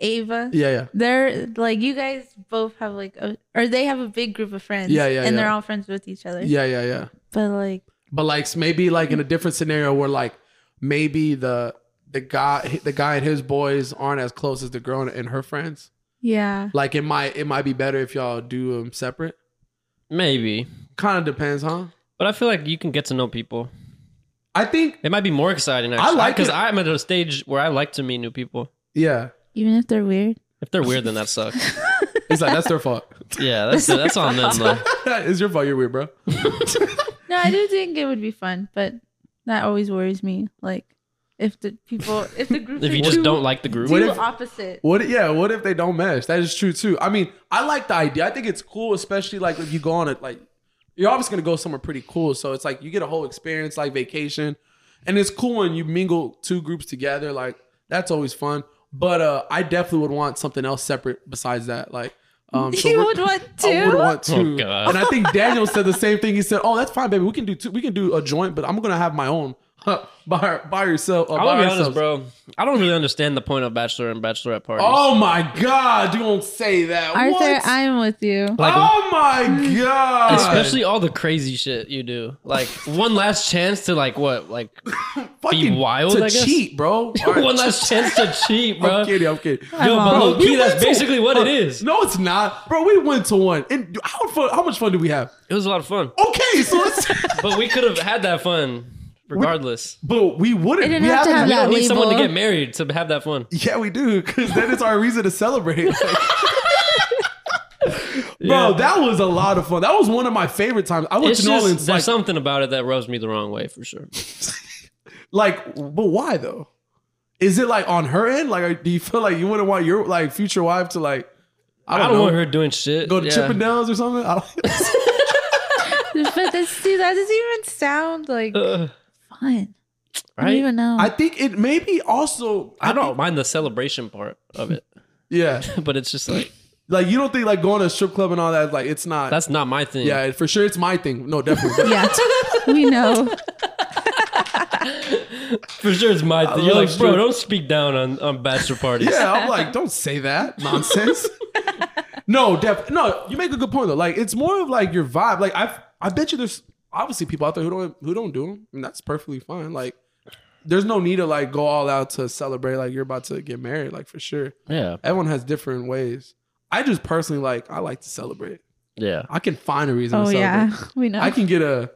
Ava,
Yeah, yeah.
they're like you guys both have like a, or they have a big group of friends.
Yeah, yeah,
And they're
yeah.
all friends with each other.
Yeah, yeah, yeah.
But like
But like maybe like in a different scenario where like maybe the the guy the guy and his boys aren't as close as the girl and her friends.
yeah.
Like it might it might be better if y'all do them separate.
Maybe.
Kind of depends, huh?
But I feel like you can get to know people.
I think
It might be more exciting.
I
Actually.
like
because
it.
I'm at a stage where I like to meet new people.
yeah.
Even if they're weird.
If they're weird, then that (laughs) sucks.
It's like that's their fault. (laughs)
yeah, that's that's on them though.
it's your fault. You're weird, bro.
No, I do think it would be fun, but that always worries me. Like if the people, if the
(laughs)
group,
If
is
you just
too-
don't like the group,
What
too
if-
opposite.
What? Yeah. What if they don't mesh? That is true too. I mean, I like the idea. I think it's cool, especially like if you go on it. Like, you're always gonna go somewhere pretty cool. So it's like you get a whole experience, like vacation, and it's cool when you mingle two groups together. Like that's always fun. But uh, I definitely would want something else separate besides that. Like, um, so
(laughs) you
we're-
would want
I would
to.
want to.
Oh, God.
And I think
(laughs)
Daniel said the same thing. He said, "Oh, that's fine, baby. We can do two, we can do a joint, but I'm gonna have my own by our- by yourself. Uh,
I'm
by
gonna be honest,
ourselves.
bro. I don't really understand the point of bachelor and bachelorette parties.
Oh my God! You don't say that,
Arthur,
What?
I'm with you.
Like,
oh my God!
especially all the crazy shit you do.
(laughs)
Like one last chance to like what? Like (laughs)
fucking
wild,
to
I guess.
cheat,
(laughs)
bro. All right.
one last chance to cheat, bro.
I'm kidding. I'm kidding.
Yo,
I'm
but
all-
low key,
We
that's
went to-
basically what it is.
No, it's not, bro. We went to one, and how fun? How much fun did we have?
It was a lot of fun,
Okay, so
(laughs)
let's.
but we could have had that fun regardless.
but we wouldn't.
It didn't
we
have to
haven't-
have
We
that
don't need someone to
label.
get married to have that fun.
Yeah, we do, because then it's our reason to
(laughs)
celebrate. Like- (laughs) Bro, that was a lot of fun. That was one of my favorite times. I went
It's
to New
just-
Orleans.
there's
Like,
something about it that rubs me the wrong way for sure.
like, but why though? Is it like on her end? Like, are- do you feel like you wouldn't want your like future wife to like? I
I
don't,
don't,
know,
want her doing shit.
go to
Yeah.
Chippendales or something. I don't,
(laughs)
(laughs)
but this, dude, that doesn't even sound like
Uh,
fun. I
right?
don't even know.
I think it maybe also.
I don't mind the celebration part of it, (laughs)
Yeah,
but it's just like
like you don't think like going to a strip club and all that. Like, it's not.
that's not my thing.
yeah, for sure, it's my thing. No, definitely.
(laughs) yeah, we know.
For sure, it's my thing. You're
love
like, bro,
strip-
don't speak down on, on bachelor parties.
Yeah, I'm
(laughs)
like, don't say that nonsense. (laughs) no, def no. You make a good point though. Like, it's more of like your vibe. Like, I I bet you there's obviously people out there who don't who don't do them, and that's perfectly fine. Like, there's no need to like go all out to celebrate. Like, you're about to get married. Like for sure,
Yeah.
everyone has different ways. I just personally like I like to celebrate.
Yeah.
I can find a reason.
Oh
to celebrate.
yeah, we know.
I
(laughs)
can get a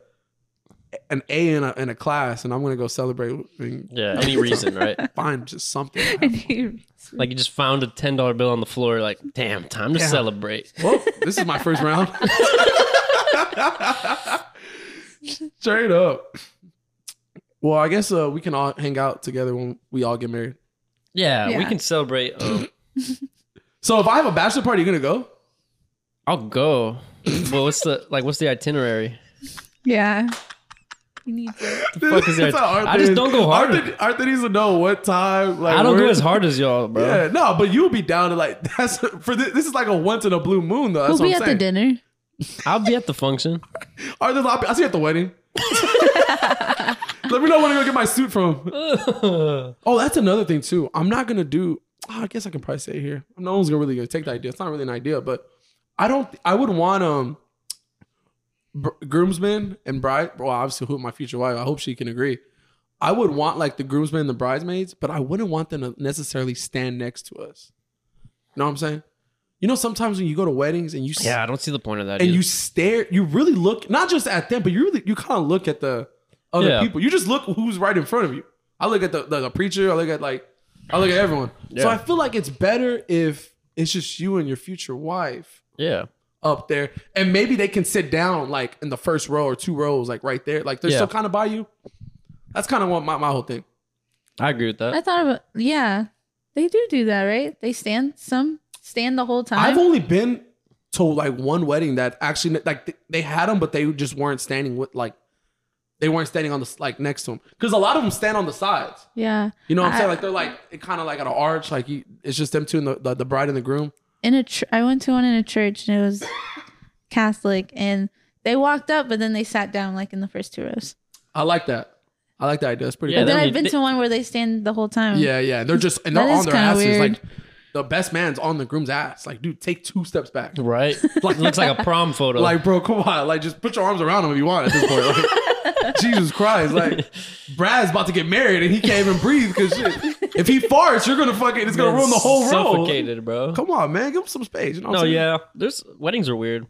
an A in a in a class, and I'm gonna go celebrate. And
Yeah. Any
(laughs)
reason, right?
Find just something.
(laughs)
Like you just found a ten dollar bill on the floor, like, damn, time to
Yeah.
celebrate.
Well, this is my first round. (laughs) Straight up. Well, I guess uh, we can all hang out together when we all get married.
Yeah, we
Yeah.
can celebrate. Um,
So if I have a bachelor party, you gonna go?
I'll go. Well, what's the like? What's the itinerary?
yeah, you need to.
fuck is there-
(laughs) That's how
I
Arthur
just
is.
don't go hard.
Arthur, Arthur needs to know what time. Like
I don't go
where-
as hard as y'all, bro.
Yeah, no, but you'll be down to like (laughs) that's for this, this is like a once in a blue moon though. That's
We'll be
what
at
I'm
the
saying.
dinner.
I'll be at the (laughs) function.
Arthur, I'll, be, I'll see you at the
(laughs)
wedding. (laughs) Let me know when I go get my suit from. Oh, that's another thing too. I'm not gonna do. oh, I guess I can probably say it here. No one's gonna really gonna take the idea. It's not really an idea, but I don't. I would want um br- groomsmen and bride. Well, obviously, who my future wife. I hope she can agree. I would want like the groomsmen and the bridesmaids, but I wouldn't want them to necessarily stand next to us. You know what I'm saying? You know, sometimes when you go to weddings and you s-
yeah, I don't see the point of that.
and
either.
you stare, you really look not just at them, but you really you kind of look at the other
Yeah.
people. You just look who's right in front of you. I look at the, the, the preacher. I look at like I look at everyone. So
Yeah.
I feel like it's better if it's just you and your future wife
yeah,
up there, and maybe they can sit down like in the first row or two rows, like right there. Like they're
Yeah.
still kind of by you. That's kind of what my, my whole thing.
I agree with
I
that.
thought about yeah, they do do that, right? They stand some stand the whole
i have
time.
only been to like one wedding that actually like th- they had them, but they just weren't standing with like they weren't standing on the s- like next to them because a lot of them stand on the sides.
yeah,
You know what I'm
I-
saying? Like they're like it kind of like at an arch, like you, it's just them two and the, the the bride and the groom.
in a ch- I went to one in a church and it was Catholic and they walked up, but then they sat down like in the first two rows.
I like that. I like that idea. That's pretty.
Yeah,
cool.
but then
that'd
I've
be-
been to one where they stand the whole time.
Yeah, yeah. They're just and they're
That
on
is
their
kinda
asses.
weird.
Like the best man's on the groom's ass. Like, dude, take two steps back.
Right? Like, looks like a prom photo.
Like, bro, come on. Like, just put your arms around him if you want at this point. Like,
(laughs)
Jesus Christ. Like, Brad's about to get married and he can't even breathe because shit. If he farts, you're gonna fucking it's gonna ruin the whole row.
Suffocated, bro.
Come on, man. Give him some space. You know what
No,
I'm saying?
yeah. There's weddings are weird.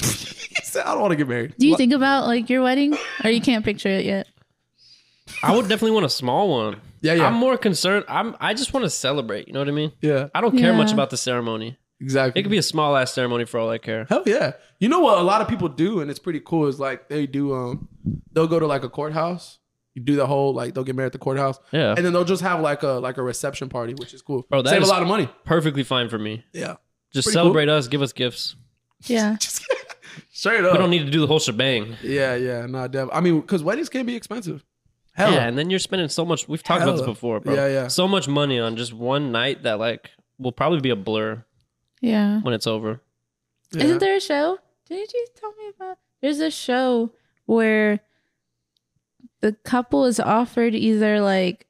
(laughs) He said, I don't want to get married.
Do you think about like your wedding, or you can't picture it yet?
I would definitely want a small one.
Yeah, yeah.
I'm more concerned. I'm. I just want to celebrate. You know what I mean?
Yeah,
I don't care much
Yeah.
about the ceremony.
exactly.
It could be a small ass ceremony for all I care.
Hell yeah. You know what a lot of people do, and it's pretty cool. Is like they do. Um, they'll go to like a courthouse. You do the whole like they'll get married at the courthouse,
Yeah.
and then they'll just have like a like a reception party, which is cool.
Bro, that
Save
is-
a lot of money.
Perfectly fine for me.
Yeah,
Just
Pretty
celebrate us, give us gifts.
Yeah.
(laughs) Just- straight up.
We don't need to do the whole shebang.
yeah, yeah, nah, dev. I mean, because weddings can be expensive. Hell,
Yeah, and then you're spending so much. We've talked about this
Hella.
before, bro.
Yeah, yeah.
So much money on just one night that like will probably be a blur
Yeah.
when it's over.
yeah.
Isn't there a show? Didn't you tell me about? There's a show where the couple is offered either like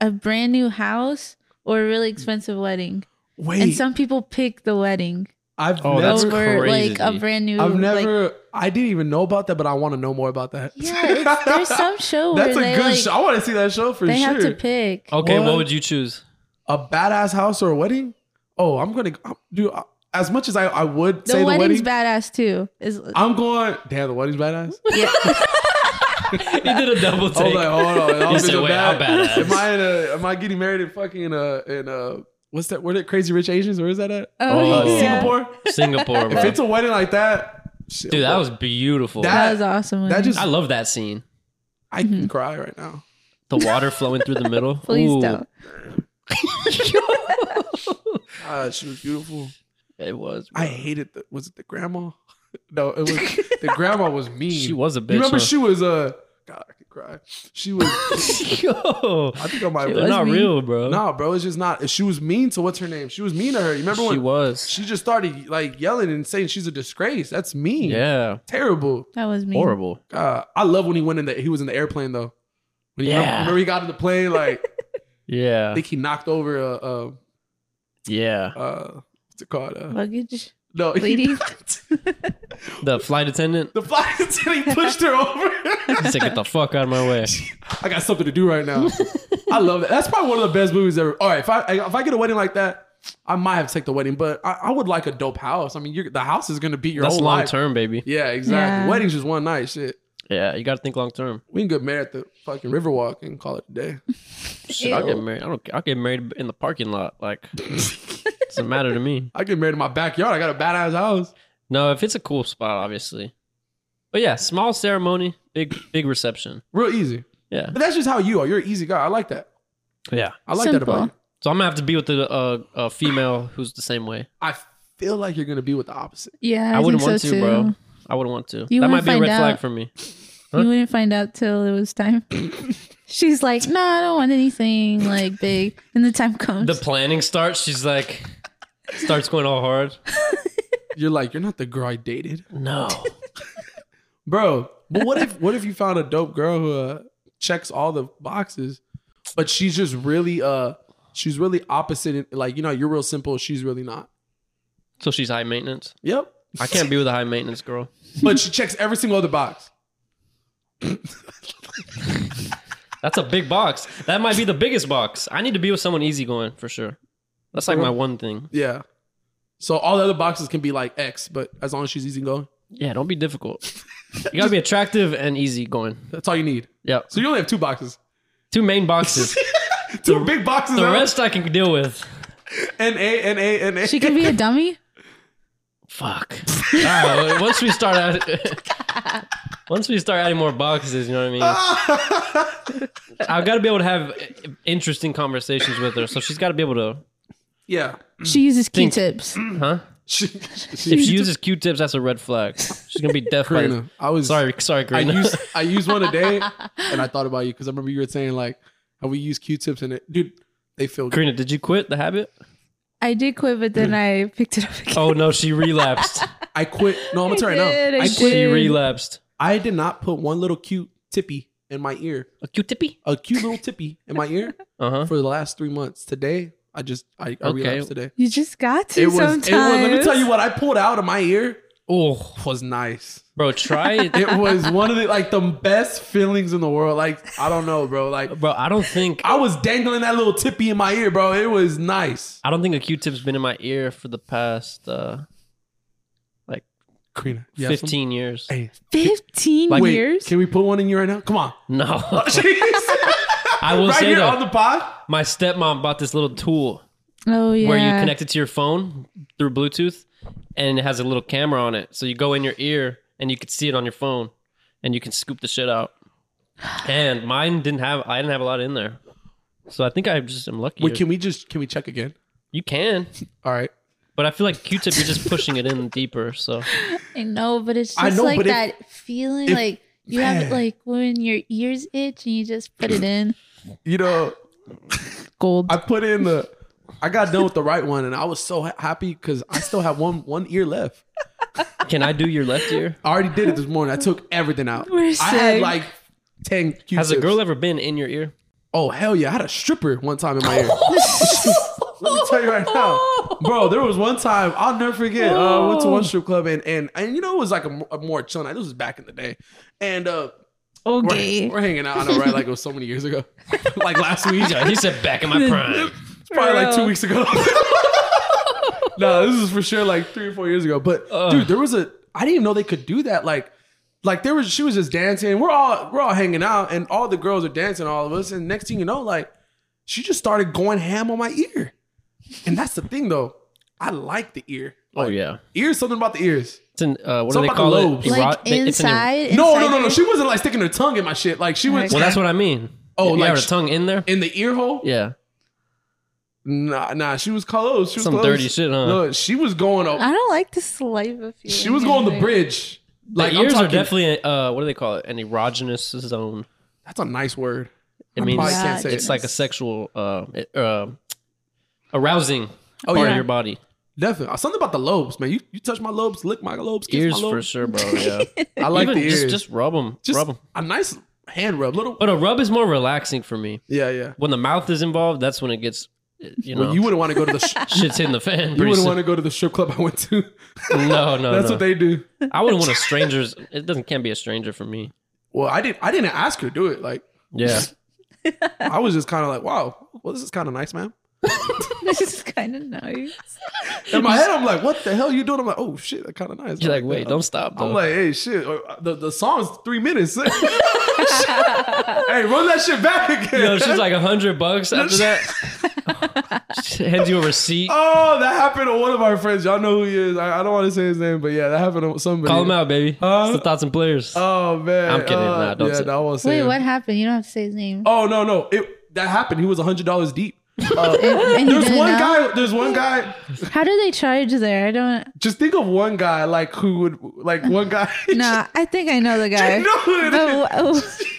a brand new house or a really expensive wedding,
Wait,
and some people pick the wedding
I've
Oh, that's
never,
over like a
crazy.
brand new.
I've
Like,
never, I didn't even know about that, but I want to know more about that.
yeah, it's,
(laughs)
there's some show where
That's a
they
good
like
show. I want to see that show for
they
sure.
have to pick.
Okay, what?
What?
would you choose? (laughs)
a badass house or a wedding? Oh, I'm gonna I'm- do I- as much as I, I would
The
say the
wedding's
wedding.
badass too. Is
I'm going. Damn, the wedding's
(laughs)
badass.
yeah.
He did a
I
double
was
take.
like, hold on. I'm
He said,
in the
"Wait, how
bad-
badass?"
Am I in a? Am I getting married in fucking in a in a? What's that? Where the Crazy Rich Asians? Where is that at?
Oh,
Oh.
yeah.
Singapore.
Singapore, bro.
If it's a wedding like that, shit,
Dude, that
bro,
was beautiful.
That-
That was awesome.
that just
I love that scene.
I
Mm-hmm.
can cry right now.
The water flowing through the middle.
please
(laughs)
Ooh,
don't. (laughs)
Ah, she was beautiful.
It was.
I
bro.
hated the. Was it the grandma? (laughs) No, it was the
(laughs)
grandma was mean.
She was a bitch.
You remember
huh?
she was uh God, I could cry. She was.
(laughs) Yo,
I think I might.
She
they're
was
not
mean.
real, bro.
No, bro, it's just not. She was mean to what's her name. She was mean to her. You remember when
she
she,
was.
just started like yelling and saying she's a disgrace. That's mean.
Yeah,
Terrible.
That was me.
horrible.
God, I love when he went in the. He was in the airplane though. When he,
Yeah.
remember, remember he got in the plane
(laughs)
like I
Yeah,
think he knocked over a uh,
yeah.
uh, uh what's it called? Uh,
Luggage
no, he
lady.
knocked-
The flight attendant.
the flight attendant he pushed her over.
He's like, get the fuck out of my way.
I got something to do right now. I love that. That's probably one of the best movies ever. All right, if I if I get a wedding like that, I might have to take the wedding, but I, I would like a dope house. I mean, you're, the house is gonna beat (laughs) your
That's
whole
long
life.
term, baby.
Yeah, exactly.
Yeah.
Weddings just one night. Shit,
Yeah, you got to think long term.
we can get married at the fucking Riverwalk and call it a day.
Shit, I'll get
Ew.
married. I don't. I'll get married in the parking lot. Like,
(laughs)
doesn't matter to me.
I get married in my backyard. I got a badass house.
No, if it's a cool spot, obviously. But yeah, small ceremony, big big reception.
Real easy.
Yeah,
But that's just how you are. You're an easy guy. I like that.
yeah.
I like that about you.
Simple.
So I'm gonna have to be with a, a, a female who's the same way.
I feel like you're gonna be with the opposite.
Yeah, I,
I, wouldn't
think
want
so
to,
too.
bro. I wouldn't want to.
You
that
wanna
might be a
find
red flag
out.
for me. Huh?
You wouldn't find out till it
(laughs)
was time. She's like, no, I don't want anything like big. And the time comes.
The planning starts. She's like, starts going all hard.
You're like, you're not the girl I dated,
No,
bro.
(laughs)
But what if what if you found a dope girl who uh, checks all the boxes, but she's just really uh she's really opposite. In, like you know, you're real simple. She's really not.
so she's high maintenance.
Yep.
I can't be with a high maintenance girl. (laughs)
But she checks every single other box.
That's a big box. That might be the biggest box. I need to be with someone easygoing for sure. That's like my one thing.
Yeah. So all the other boxes can be like X, but as long as she's easy going,
Yeah, don't be difficult. You gotta be attractive and easygoing.
that's all you need.
Yeah,
So you only have two
(laughs)
boxes,
two main (laughs) boxes.
two big boxes.
The
now.
rest I can deal with.
N A N A N A.
she could be a dummy.
Fuck. (laughs) All right. well, Once we start out, (laughs) once we start adding more boxes, you know what I mean.
(laughs)
I've got to be able to have i- interesting conversations with her, so she's got to be able to,
(laughs)
(laughs)
yeah.
She uses
Think-
Q-tips. (laughs)
huh?
She, (laughs)
If
she,
she uses Q-tips, that's a red flag. She's gonna be deaf. by the-
Karina, I was
Sorry, sorry,
I
Karina.
used I used one today, and I thought about you because I remember you were saying like how we use Q-tips and it, dude, they feel good.
(laughs) Karina, did you quit the habit?
I did quit, but then I picked it up again.
Oh no, she
(laughs)
relapsed.
I quit. No, I'm gonna tell you
did,
now.
I
I
did.
quit.
she relapsed.
I did not put one little cute tippy in my ear,
A Q-tippy?
a cute little tippy in my
(laughs)
ear
Uh huh.
for the last three months. Today, I just I, I
Okay.
relapsed today.
You just got to
It was,
sometimes.
it was. Let me tell you what I pulled out of my ear
Oh,
was nice.
bro, try
(laughs)
it,
It was
(laughs)
one of the like the best feelings in the world. Like I don't know, bro. Like
bro. I don't think
I was dangling that little tippy in my ear, bro. It was nice.
I don't think a Q-tip's been in my ear for the past uh,
Karina, you have some?
fifteen years.
Hey,
15
wait,
years?
Can we put one in you right now? Come on.
No, (laughs)
I (laughs)
I will
right
say
here
though,
on the pod.
my stepmom bought this little tool.
Oh yeah.
where you connect it to your phone through Bluetooth, and it has a little camera on it. So you go in your ear, and you can see it on your phone, and you can scoop the shit out. And mine didn't have I didn't have a lot in there, so I think I just am lucky.
Wait, can we just can we check again?
you can,
All right.
but I feel like Q-tip, you're just pushing it in deeper. So
I know, but it's
I
just
know,
like
but if-
that feeling,
if-
like you have
Man.
it like when your ears itch and you just put it in.
You know,
Gold. (gasps)
I put in the. I got done with the right one, and I was so ha- happy because I still have one one ear left.
can I do your
(laughs)
left ear?
I already did it this morning. I took everything out.
We're
I had
sick.
like ten. Q-tips.
Has a girl ever been in your ear?
Oh hell yeah! I had a stripper one time in my (laughs) ear. Let me tell you right now, bro. There was one time I'll never forget. Uh, I went to one strip club and and and you know it was like a, mo- a more chill night. This was back in the day, and uh, we're,
Okay.
we're hanging out. I know, right? Like it was so many years
(laughs)
ago, like last week.
Yeah, he said back in my prime.
(laughs) It's probably like two
real.
weeks ago. (laughs) no, this is for sure like three or four years ago. But
Ugh.
dude, there was a I didn't even know they could do that. Like, like there was she was just dancing. We're all we're all hanging out, and all the girls are dancing, all of us. And next thing you know, like she just started going ham on my ear. And that's the thing though. I like the ear.
Oh
Like,
yeah,
Ears, something about the ears.
it's an uh, what
Something
do they
about
call
the
it?
lobes.
Ero-
Like
they- it's an-
inside.
No,
inside
no, no, no.
your-
She wasn't like sticking her tongue in my shit. Like she was
Okay.
well, that's what I mean.
Oh,
you
like-
have a tongue in there.
in the ear hole.
Yeah,
Nah, nah. She was close. She was
some
close.
dirty shit, huh?
No, she was going up.
I don't like the saliva feeling.
She was going the
either.
bridge.
Like
I'm
ears are
talking-
definitely uh, what do they call it? An erogenous zone.
That's a nice word.
It
I
means
probably
Yeah,
can't say
it's
it.
like a
(laughs)
sexual uh, it- uh, arousing
Oh,
part
yeah.
of your body.
Definitely. Something about the lobes, man. You, you touch my lobes, lick my lobes, kiss
Ears
my
for
lobes.
sure, bro.
(laughs)
Yeah,
I like
Even
the ears.
just just rub them,
Just
rub them.
a nice hand rub. Little.
But a rub is more relaxing for me.
Yeah, yeah.
When the mouth is involved, that's when it gets you know
Well, you wouldn't want to
(laughs)
go to the. Sh-
shit's hitting the fan.
you
pretty
wouldn't
soon.
want to go to the strip club I went to.
(laughs)
(laughs)
no, no,
That's
Oh, no.
what they do.
I
(laughs)
wouldn't want a stranger's. It doesn't can't be a stranger for me.
Well, I didn't. I didn't ask her to do it. Like
Yeah,
I was just kind of like, wow. Well, this is kind of nice, man.
this is kind of nice.
In my head, I'm like, what the hell you doing? I'm like, oh shit, that kind of nice.
you're
I
(laughs) like, wait,
that.
don't stop. Though.
I'm like, hey, shit. uh, The, the song's three minutes. (laughs) hey, run that shit back again.
Yo, she's like a hundred bucks after that.
(laughs)
she hands you a receipt.
Oh, that happened to one of our friends. Y'all know who he is. I, I don't want to say his name, but yeah, that happened to somebody.
Call him out, baby.
Huh?
it's the thoughts and players.
Oh man,
I'm kidding.
Oh,
Nah, don't
yeah,
say-
no, I won't say.
Wait,
him.
what happened? You don't have to say his name. (laughs)
Oh no, no, it that happened. He was hundred dollars deep. Uh,
And he
there's
didn't
one
know?
guy. There's one guy.
How do they charge there? I (laughs) don't.
Just think of one guy like who would like one guy. (laughs)
Nah, I think I know the guy.
you know who it is.
(laughs) But wh-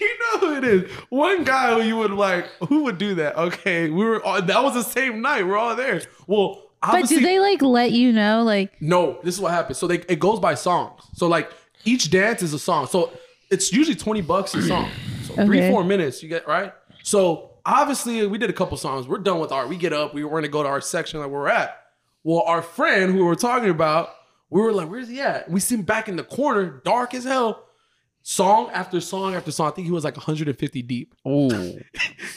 (laughs) You know who it is. One guy who you would like. Who would do that? Okay, we were. All, that was the same night. We're all there. Well,
But
obviously,
do they like let you know? Like,
No, this is what happens. So they it goes by songs. So like each dance is a song. So it's usually twenty bucks a song. So three
Okay.
four minutes you get right. So obviously we did a couple songs. We're done with art. We get up. We were gonna go to our section like where we're at. Well, our friend who we were talking about, we were like, "Where's he at?" We see him back in the corner, dark as hell. Song after song after song. I think he was like 150 deep
Ooh.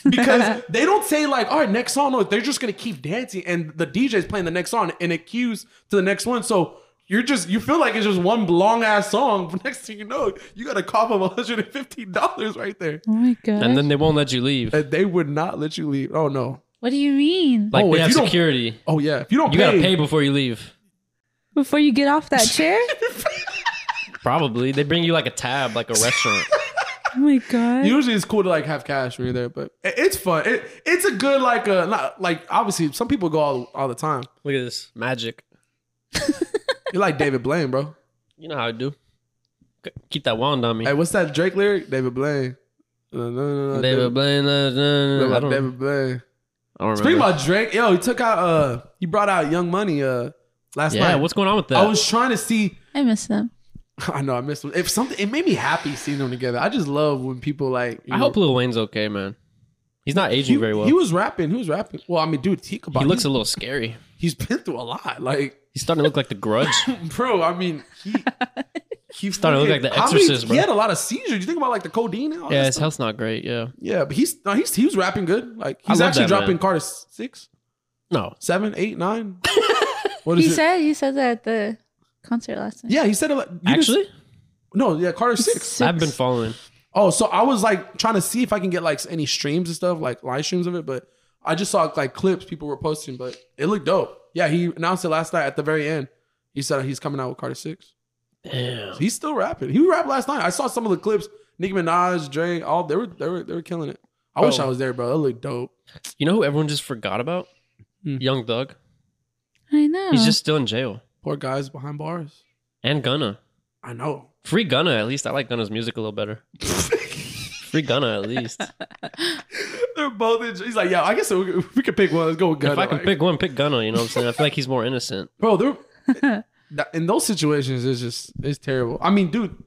because they don't say like, all right, next song. No, they're just gonna keep dancing, and the DJ is playing the next song, and it cues to the next one. So you're just you feel like it's just one long ass song. (laughs) But next thing you know, you got a cough of 150 dollars right there.
oh my god.
And then they won't let you leave.
And they would not let you leave. Oh no.
what do you mean?
Like
Oh,
they
if
have
you don't-
security.
Oh yeah. If you don't,
You
pay,
gotta pay before you leave.
Before you get off that (laughs) chair?
Probably they bring you like a
(laughs)
tab, like a restaurant.
oh my god.
Usually it's cool to like have cash when you're there, but it- it's fun. It, it's a good like uh not like obviously some people go all all the time.
Look at this magic.
You're like David Blaine, bro.
You know how I do. K- Keep that wand on me.
Hey, what's that Drake lyric? David Blaine. No, no, no,
David Blaine, uh, no, no, no, I
David,
don't, I
David Blaine.
don't
Speaking
remember.
about Drake, yo, he took out uh he brought out Young Money uh last
Yeah,
night.
what's going on with that?
I was trying to see (laughs)
I miss them.
I know I missed one. If something it made me happy seeing them together. I just love when people like you
I
know-
hope Lil Wayne's okay, man. He's not
he,
aging very well.
he
He,
was rapping, he was rapping. Well, I mean, dude, Tika Bot,
looks a
he's,
little scary.
he's been through a lot. (laughs) Like,
He's starting to look like the grudge.
(laughs) bro, I mean he
(laughs)
he
Starting to
fucking-
look like The
how many-
Exorcist, bro.
He had a lot of seizures. You think about like the codeine and all
yeah,
that
his
stuff?
health's not great. Yeah.
Yeah, but he's no, he's he was rapping good. Like
I
he's
love
actually
that man.
dropping Carter six,
No.
seven, eight,
(laughs)
nine. what
He
it?
said he said that at the concert last night.
Yeah, he said it like, you just-
Actually,
no, yeah, Carter six.
I've been following.
Oh, so I was like trying to see if I can get like any streams and stuff, like live streams of it, but I just saw like clips people were posting, but it looked dope. Yeah, he announced it last night at the very end. He said he's coming out with Carter Six.
Damn.
He's still rapping. He rapped last night. I saw some of the clips. Nicki Minaj, Drake, all they were they were they were killing it. I wish
Bro.
I was there, bro. That looked dope.
You know who everyone just forgot about?
Hmm.
Young Thug.
I know.
He's just still in jail.
Poor guys behind bars.
And Gunna.
I
(laughs)
know. (laughs)
Free Gunna, at least. I like Gunna's music a little better. Free Gunna, at
(laughs)
least.
They're both. In, he's like, yeah. I guess we, we could pick one. Let's go with Gunna.
if I can
Like,
pick one, pick Gunna. You know what I'm saying? I feel like he's more innocent.
bro. They're
(laughs)
that- in those situations. It's just it's terrible. I mean, dude,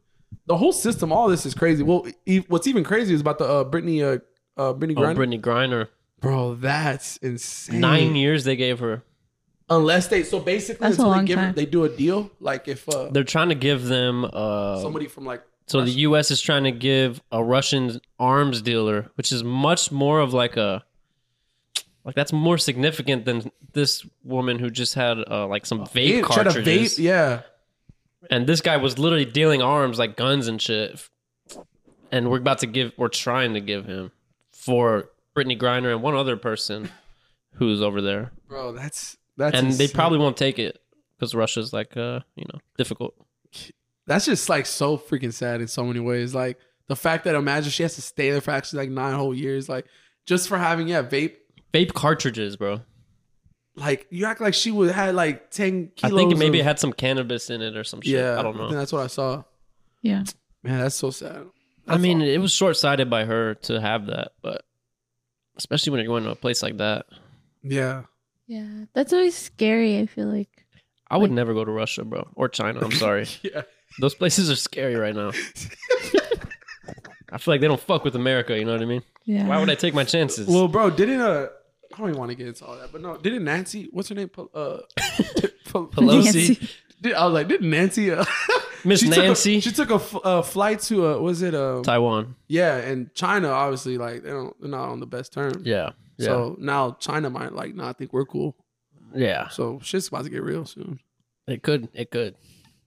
the whole system. All this is crazy. Well, e- what's even crazy is about the uh, Brittany, uh, uh, Brittany
Oh,
Griner.
Brittany Griner.
Bro, that's insane.
Nine years they gave her.
Unless they so basically
That's a
until they
long
give
time.
they do a deal. Like if uh,
They're trying to give them. Uh,
somebody from like
so the U.S. is trying to give a Russian arms dealer, which is much more of like a. Like that's more significant than this woman who just had uh, like some vape
Yeah, try to
cartridges.
vape- yeah.
and this guy was literally dealing arms like guns and shit. And we're about to give, we're trying to give him for Brittany Griner and one other person who's over there.
Bro, that's that's
and they
insane.
probably won't take it because Russia's like, uh, you know, difficult.
that's just like so freaking sad in so many ways. Like the fact that imagine she has to stay there for actually like nine whole years, like just for having yeah vape.
Vape cartridges, bro.
Like you act like she would had like ten
I
kilos.
think it maybe
of-
had some cannabis in it or some shit.
yeah,
I don't
think
know.
that's what I saw.
yeah.
Man, that's so sad.
I mean, it was short sighted by her to have that, but especially when you're going to a place like that.
Yeah,
Yeah. That's always scary, I feel like.
I would
Like-
never go to Russia, bro, or China.
(laughs)
I'm sorry.
yeah.
Those places are scary
(laughs)
right now. I feel like they don't fuck with America. You know what I mean?
Yeah.
Why would I take my chances?
Well, bro, didn't uh, I don't even want to get into all that, but no, didn't Nancy? What's her name? Pel- Uh, (laughs) Pel-
Pelosi,
Did- I was like, didn't Nancy? Uh, (laughs)
Miss
she took a-
Nancy,
she took a f- uh, flight to uh, was it um,
Taiwan.
Yeah, and China obviously like they don't they're not on the best terms.
Yeah, yeah,
So now China might like not think we're cool.
yeah.
So shit's about to get real soon.
It could, it could.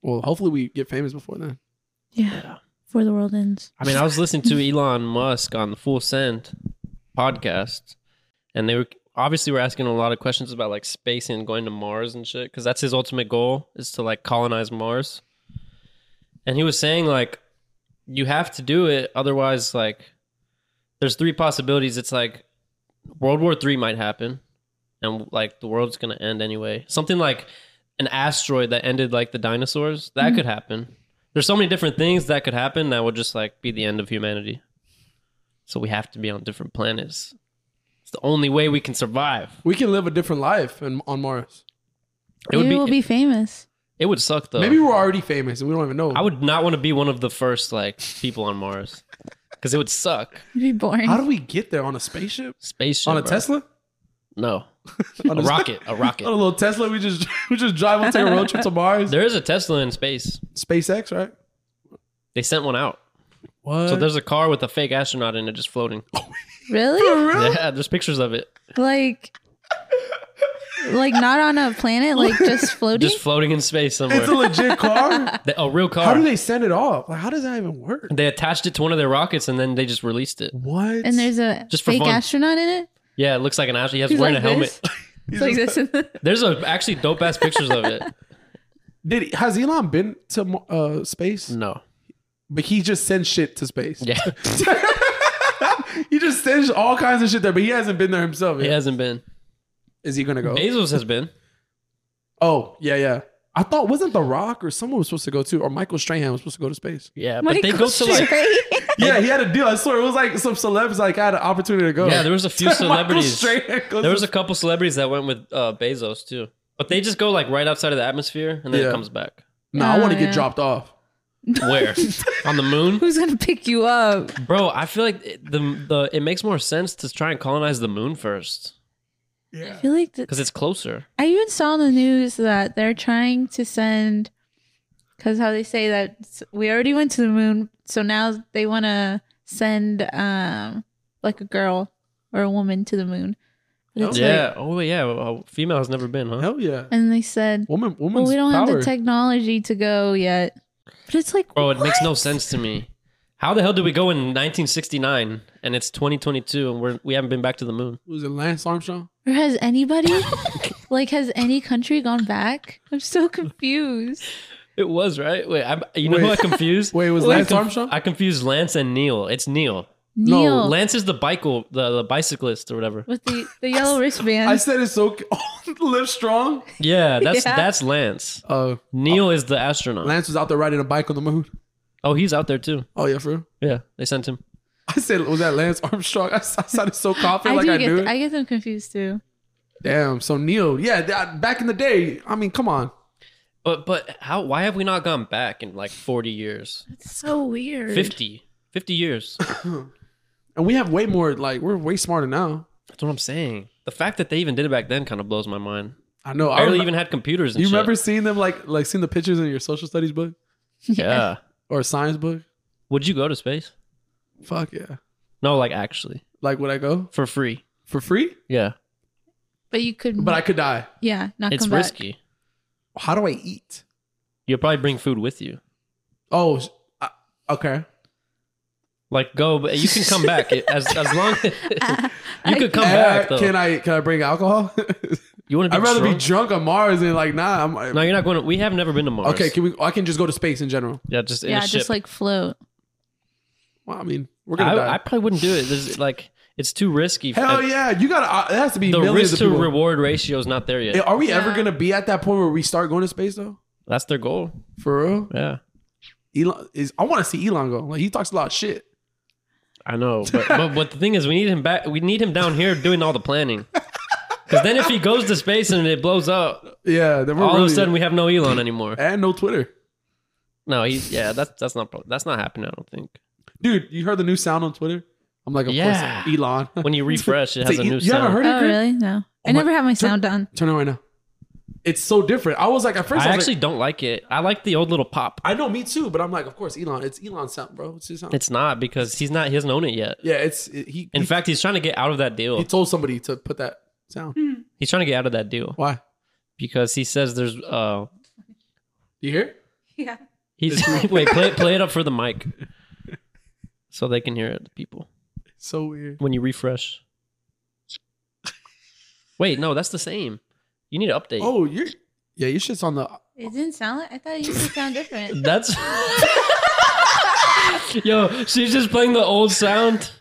Well, hopefully we get famous before then.
Yeah. Before the world ends.
I mean, I was listening to Elon Musk on the Full Send podcast, and they were obviously were asking a lot of questions about like space and going to Mars and shit, because that's his ultimate goal is to like colonize Mars. And he was saying like, you have to do it, otherwise, like, there's three possibilities. It's like World War Three might happen, and like the world's gonna end anyway. Something like an asteroid that ended like the dinosaurs that
Mhm.
could happen. There's so many different things that could happen that would just like be the end of humanity. So we have to be on different planets. It's the only way we can survive.
We can live a different life and on Mars.
It would
Maybe
be,
we'll be famous.
it would suck though.
Maybe we're already famous and we don't even know.
I would not want to be one of the first like people on Mars because it would suck.
It'd be boring.
How do we get there on a spaceship?
Spaceship
on a
bro.
Tesla?
No,
On
a rocket,
(laughs)
a
On a
rocket.
little Tesla, we just (laughs) we just drive on take a road
(laughs)
trip to Mars.
There is a Tesla in space.
SpaceX, right?
They sent one out.
What? (laughs)
So there's a car with a fake astronaut in it just floating.
really?
Yeah, there's pictures of it.
Like like not on a
(laughs)
planet, like just floating?
Just floating in space somewhere.
It's a
(laughs)
legit car.
They- a real car.
How do they send it off? Like, how does that even work?
They attached it to one of their rockets and then they just released it.
What?
and there's a
Just for
fake
fun.
astronaut in it?
Yeah, it looks like an astronaut. He has
He's
wearing
like
a helmet. (laughs)
this. It's like this. (laughs)
There's a, actually dope ass pictures of it.
Did has Elon been to uh, space?
(laughs) No.
But he just sends shit to space.
Mm. Yeah.
he just sends all kinds of shit there, but he hasn't been there himself.
He
yet.
hasn't been.
Is he gonna go?
Bezos has been.
Oh yeah, yeah. I thought wasn't The Rock or someone was supposed to go too, or Michael Strahan was supposed to go to space.
Yeah. But they go to like
Yeah, he had a deal. I swear it was like some celebs like had an opportunity to go.
Yeah, there was a
(laughs)
few
Michael
celebrities.
Strahan goes
There was
to-
a couple celebrities that went with uh, Bezos too. But they just go like right outside of the atmosphere and then
Yeah.
it comes
(laughs)
back.
no. I want to
Oh,
get
yeah.
dropped off.
Where? On the moon?
(laughs) Who's gonna pick you up?
Bro, I feel like it, the the it makes more sense to try and colonize the moon first
I
Yeah.
feel like th-
cuz it's closer.
I even saw in the news that they're trying to send, because how they say that s- we already went to the moon, so now they want to send um like a girl or a woman to the moon. But it's
yeah.
like-
oh yeah, well, female has never been, huh?
Hell
(laughs)
yeah.
and they said,
Woman,
well,
woman's
we don't
power.
have the technology to go yet. But it's like,
Bro, it makes no
what?
sense to me. How the hell did we go in 1969 and it's 2022 and we're we haven't been back to the moon?
Was it Lance Armstrong?
Or has
(laughs)
anybody, like, has any country gone back? I'm so confused.
It was right. Wait, I'm, you know
Wait.
who I
(laughs)
confused?
Wait, it was
I
Lance
conf-
Armstrong?
I confused Lance and Neil. It's Neil.
No,
Neil
Lance is the bicycle, the, the bicyclist or whatever.
with the, the yellow wristband.
(laughs) I said it's (laughs) so live strong.
Yeah, that's
(laughs) Yeah.
that's Lance.
Uh,
Neil is the astronaut.
Lance was out there riding a bike on the moon.
Oh, he's out there too.
Oh yeah, for real.
Yeah, they sent him.
I said, was that Lance Armstrong? I, s- I sounded so
(laughs) I
confident, like
do
I
get
knew
th-
it.
I get them confused too.
Damn. So Neil, yeah, that, back in the day, I mean, come on.
But but how? Why have we not gone back in like 40 years,
That's so weird. (laughs)
50,
(laughs)
50 years? That's
And we have way more. Like we're way smarter now.
what I'm saying. The fact that they even did it back then kind of blows my mind.
I know. I
Barely
rem-
even had computers. And
you
shit.
remember seeing them like like seeing the pictures in your social studies book
(laughs)
Yeah.
or science book?
Would you go to space?
Fuck yeah.
No, like actually
Like would I go
for free.
for free?
Yeah,
But you could,
But I could die.
yeah, not
it's
come back.
risky.
How do I eat?
You'll probably bring food with you.
Oh, sh- I, okay.
Like go, but you can come back It- as as
(laughs)
long. (laughs)
I-
you could come
Eh,
back though.
can I can I bring alcohol? (laughs)
you want to
I'd
be?
rather
drunk?
be drunk on Mars and like nah. I'm,
No, you're not going. to We have never been to Mars.
okay, can we? I can just go to space in general.
yeah, just in
Yeah,
a
just
ship.
like float.
Well, I mean, we're gonna
I,
die.
I probably wouldn't do it. There's like it's too risky.
Hell
And
yeah, you got to. Uh, it has to be
The
millions
risk
of
to
people.
reward ratio is not there yet.
Eh, Are we ever
Yeah.
gonna be at that point where we start going to space though?
That's their goal.
For real,
Yeah,
Elon is. I want to see Elon go. Like he talks a lot of shit.
I know. But, but but the thing is, we need him back. We need him down here doing all
(laughs)
the planning. Because then, if he goes to space and it blows up,
Yeah, then we're
all
really,
of a sudden we have no
(laughs)
Elon anymore.
and no Twitter,
No, he. Yeah, that's that's not pro- that's not happening. I don't think.
(laughs) dude. You heard the new sound on Twitter? I'm like, of
Yeah.
course, Elon.
When you refresh, it
So
has a
you-
new
you haven't
sound.
heard- Pretty
Oh,
good.
really? No.
my-
I never have my sound on.
(laughs) Turn it right now. It's so different. I was like, at first, I,
I
was
actually
like,
don't like it. I like the old little pop.
I know me too, but I'm like, of course, Elon. It's Elon sound, bro. It's his sound.
It's not because he's not. He hasn't owned it yet.
yeah, it's it, he.
In
he,
fact, he's trying to get out of that deal.
he told somebody to put that
(laughs)
sound.
He's trying to get out of that deal
Why?
because he says there's uh
You hear?
(laughs) Yeah.
he's (laughs) wait play play it up for
(laughs)
the mic so they can hear it the people
It's so weird.
when you refresh. Wait, no, that's the same. You need to update.
Oh, you're. Yeah, your shit's on the.
It didn't sound like I thought it used to sound
(laughs)
different.
That's (laughs) Yo, she's just playing the old sound.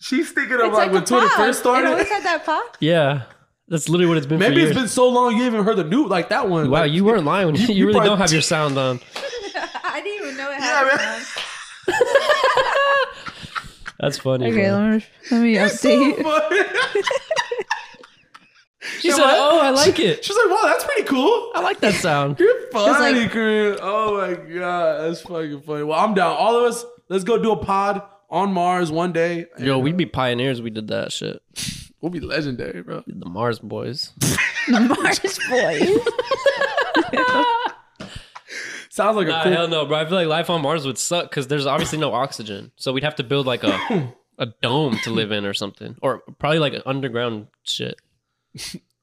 She's thinking of
It's
like, when
the
Twitter
pop.
first
It
started.
always had that pop.
Yeah. That's literally what it's been for
Maybe
years.
it's been so long you haven't heard the new like that one.
wow,
Like,
you weren't lying. when (laughs) You,
you
really
probably-
don't have your sound on.
I didn't even know it
had Yeah, it man.
That's funny.
Okay,
bro.
let me, let
(laughs)
me (laughs) update.
She said, "Oh, I like
(laughs)
it.
She's like, wow, that's pretty cool.
I like that (laughs) sound."
You're funny,
like-
Kareem. Oh my god, that's fucking funny. Well, I'm down. All of us, let's go do a pod on Mars one day.
Yo, we'd be pioneers. if We did that shit.
We'll be legendary, bro.
The Mars Boys.
Mars
(laughs)
boy.
Sounds like
Nah,
a cool.
hell no, bro. I feel like life on Mars would suck because there's obviously no oxygen. So we'd have to build like (coughs) a a dome to live in or something, or probably like an underground shit.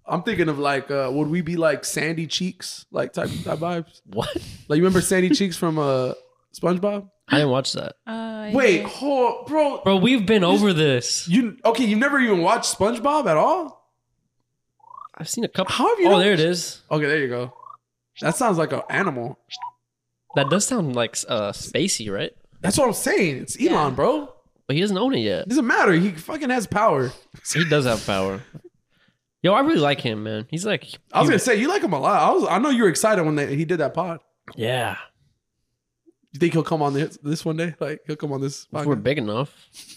I'm thinking of like, uh, would we be like Sandy Cheeks, like type type vibes?
What?
Like you remember Sandy Cheeks from uh,
(laughs)
SpongeBob?
I didn't watch that,
Oh,
Wait, hold, bro.
bro. We've been over this.
You okay? You never even watched SpongeBob at all?
I've seen a couple.
How have you
oh,
not-
there it is.
Okay, there you go. That sounds like an animal.
That does sound like uh spacey, right?
That's what I'm saying. It's Elon,
Yeah.
bro.
But he doesn't own it yet.
It doesn't matter. He fucking has power.
He does have power. Yo, I really like him, man. He's like,
I was gonna say you like him a lot. I was. I know you were excited when they, he did that pod.
yeah.
You think he'll come on this, this one day? Like he'll come on this?
If we're
Podcast?
big enough.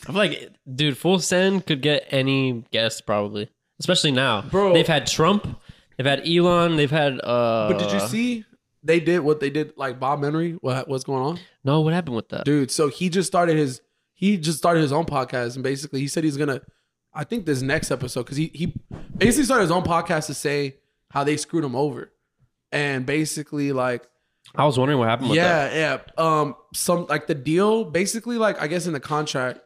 I'm like, dude, Full Send could get any guest probably, especially now.
Bro.
They've had Trump, they've had Elon, they've had. uh
But did you see they did what they did? Like Bob Menery, what what's going on,
No, what happened with that?
dude? So he just started his he just started his own podcast, and basically he said he's gonna. I think this next episode because he he basically started his own podcast to say how they screwed him over, and basically like
I was wondering what happened with that.
yeah, yeah. Um, some like the deal, basically, like I guess in the contract,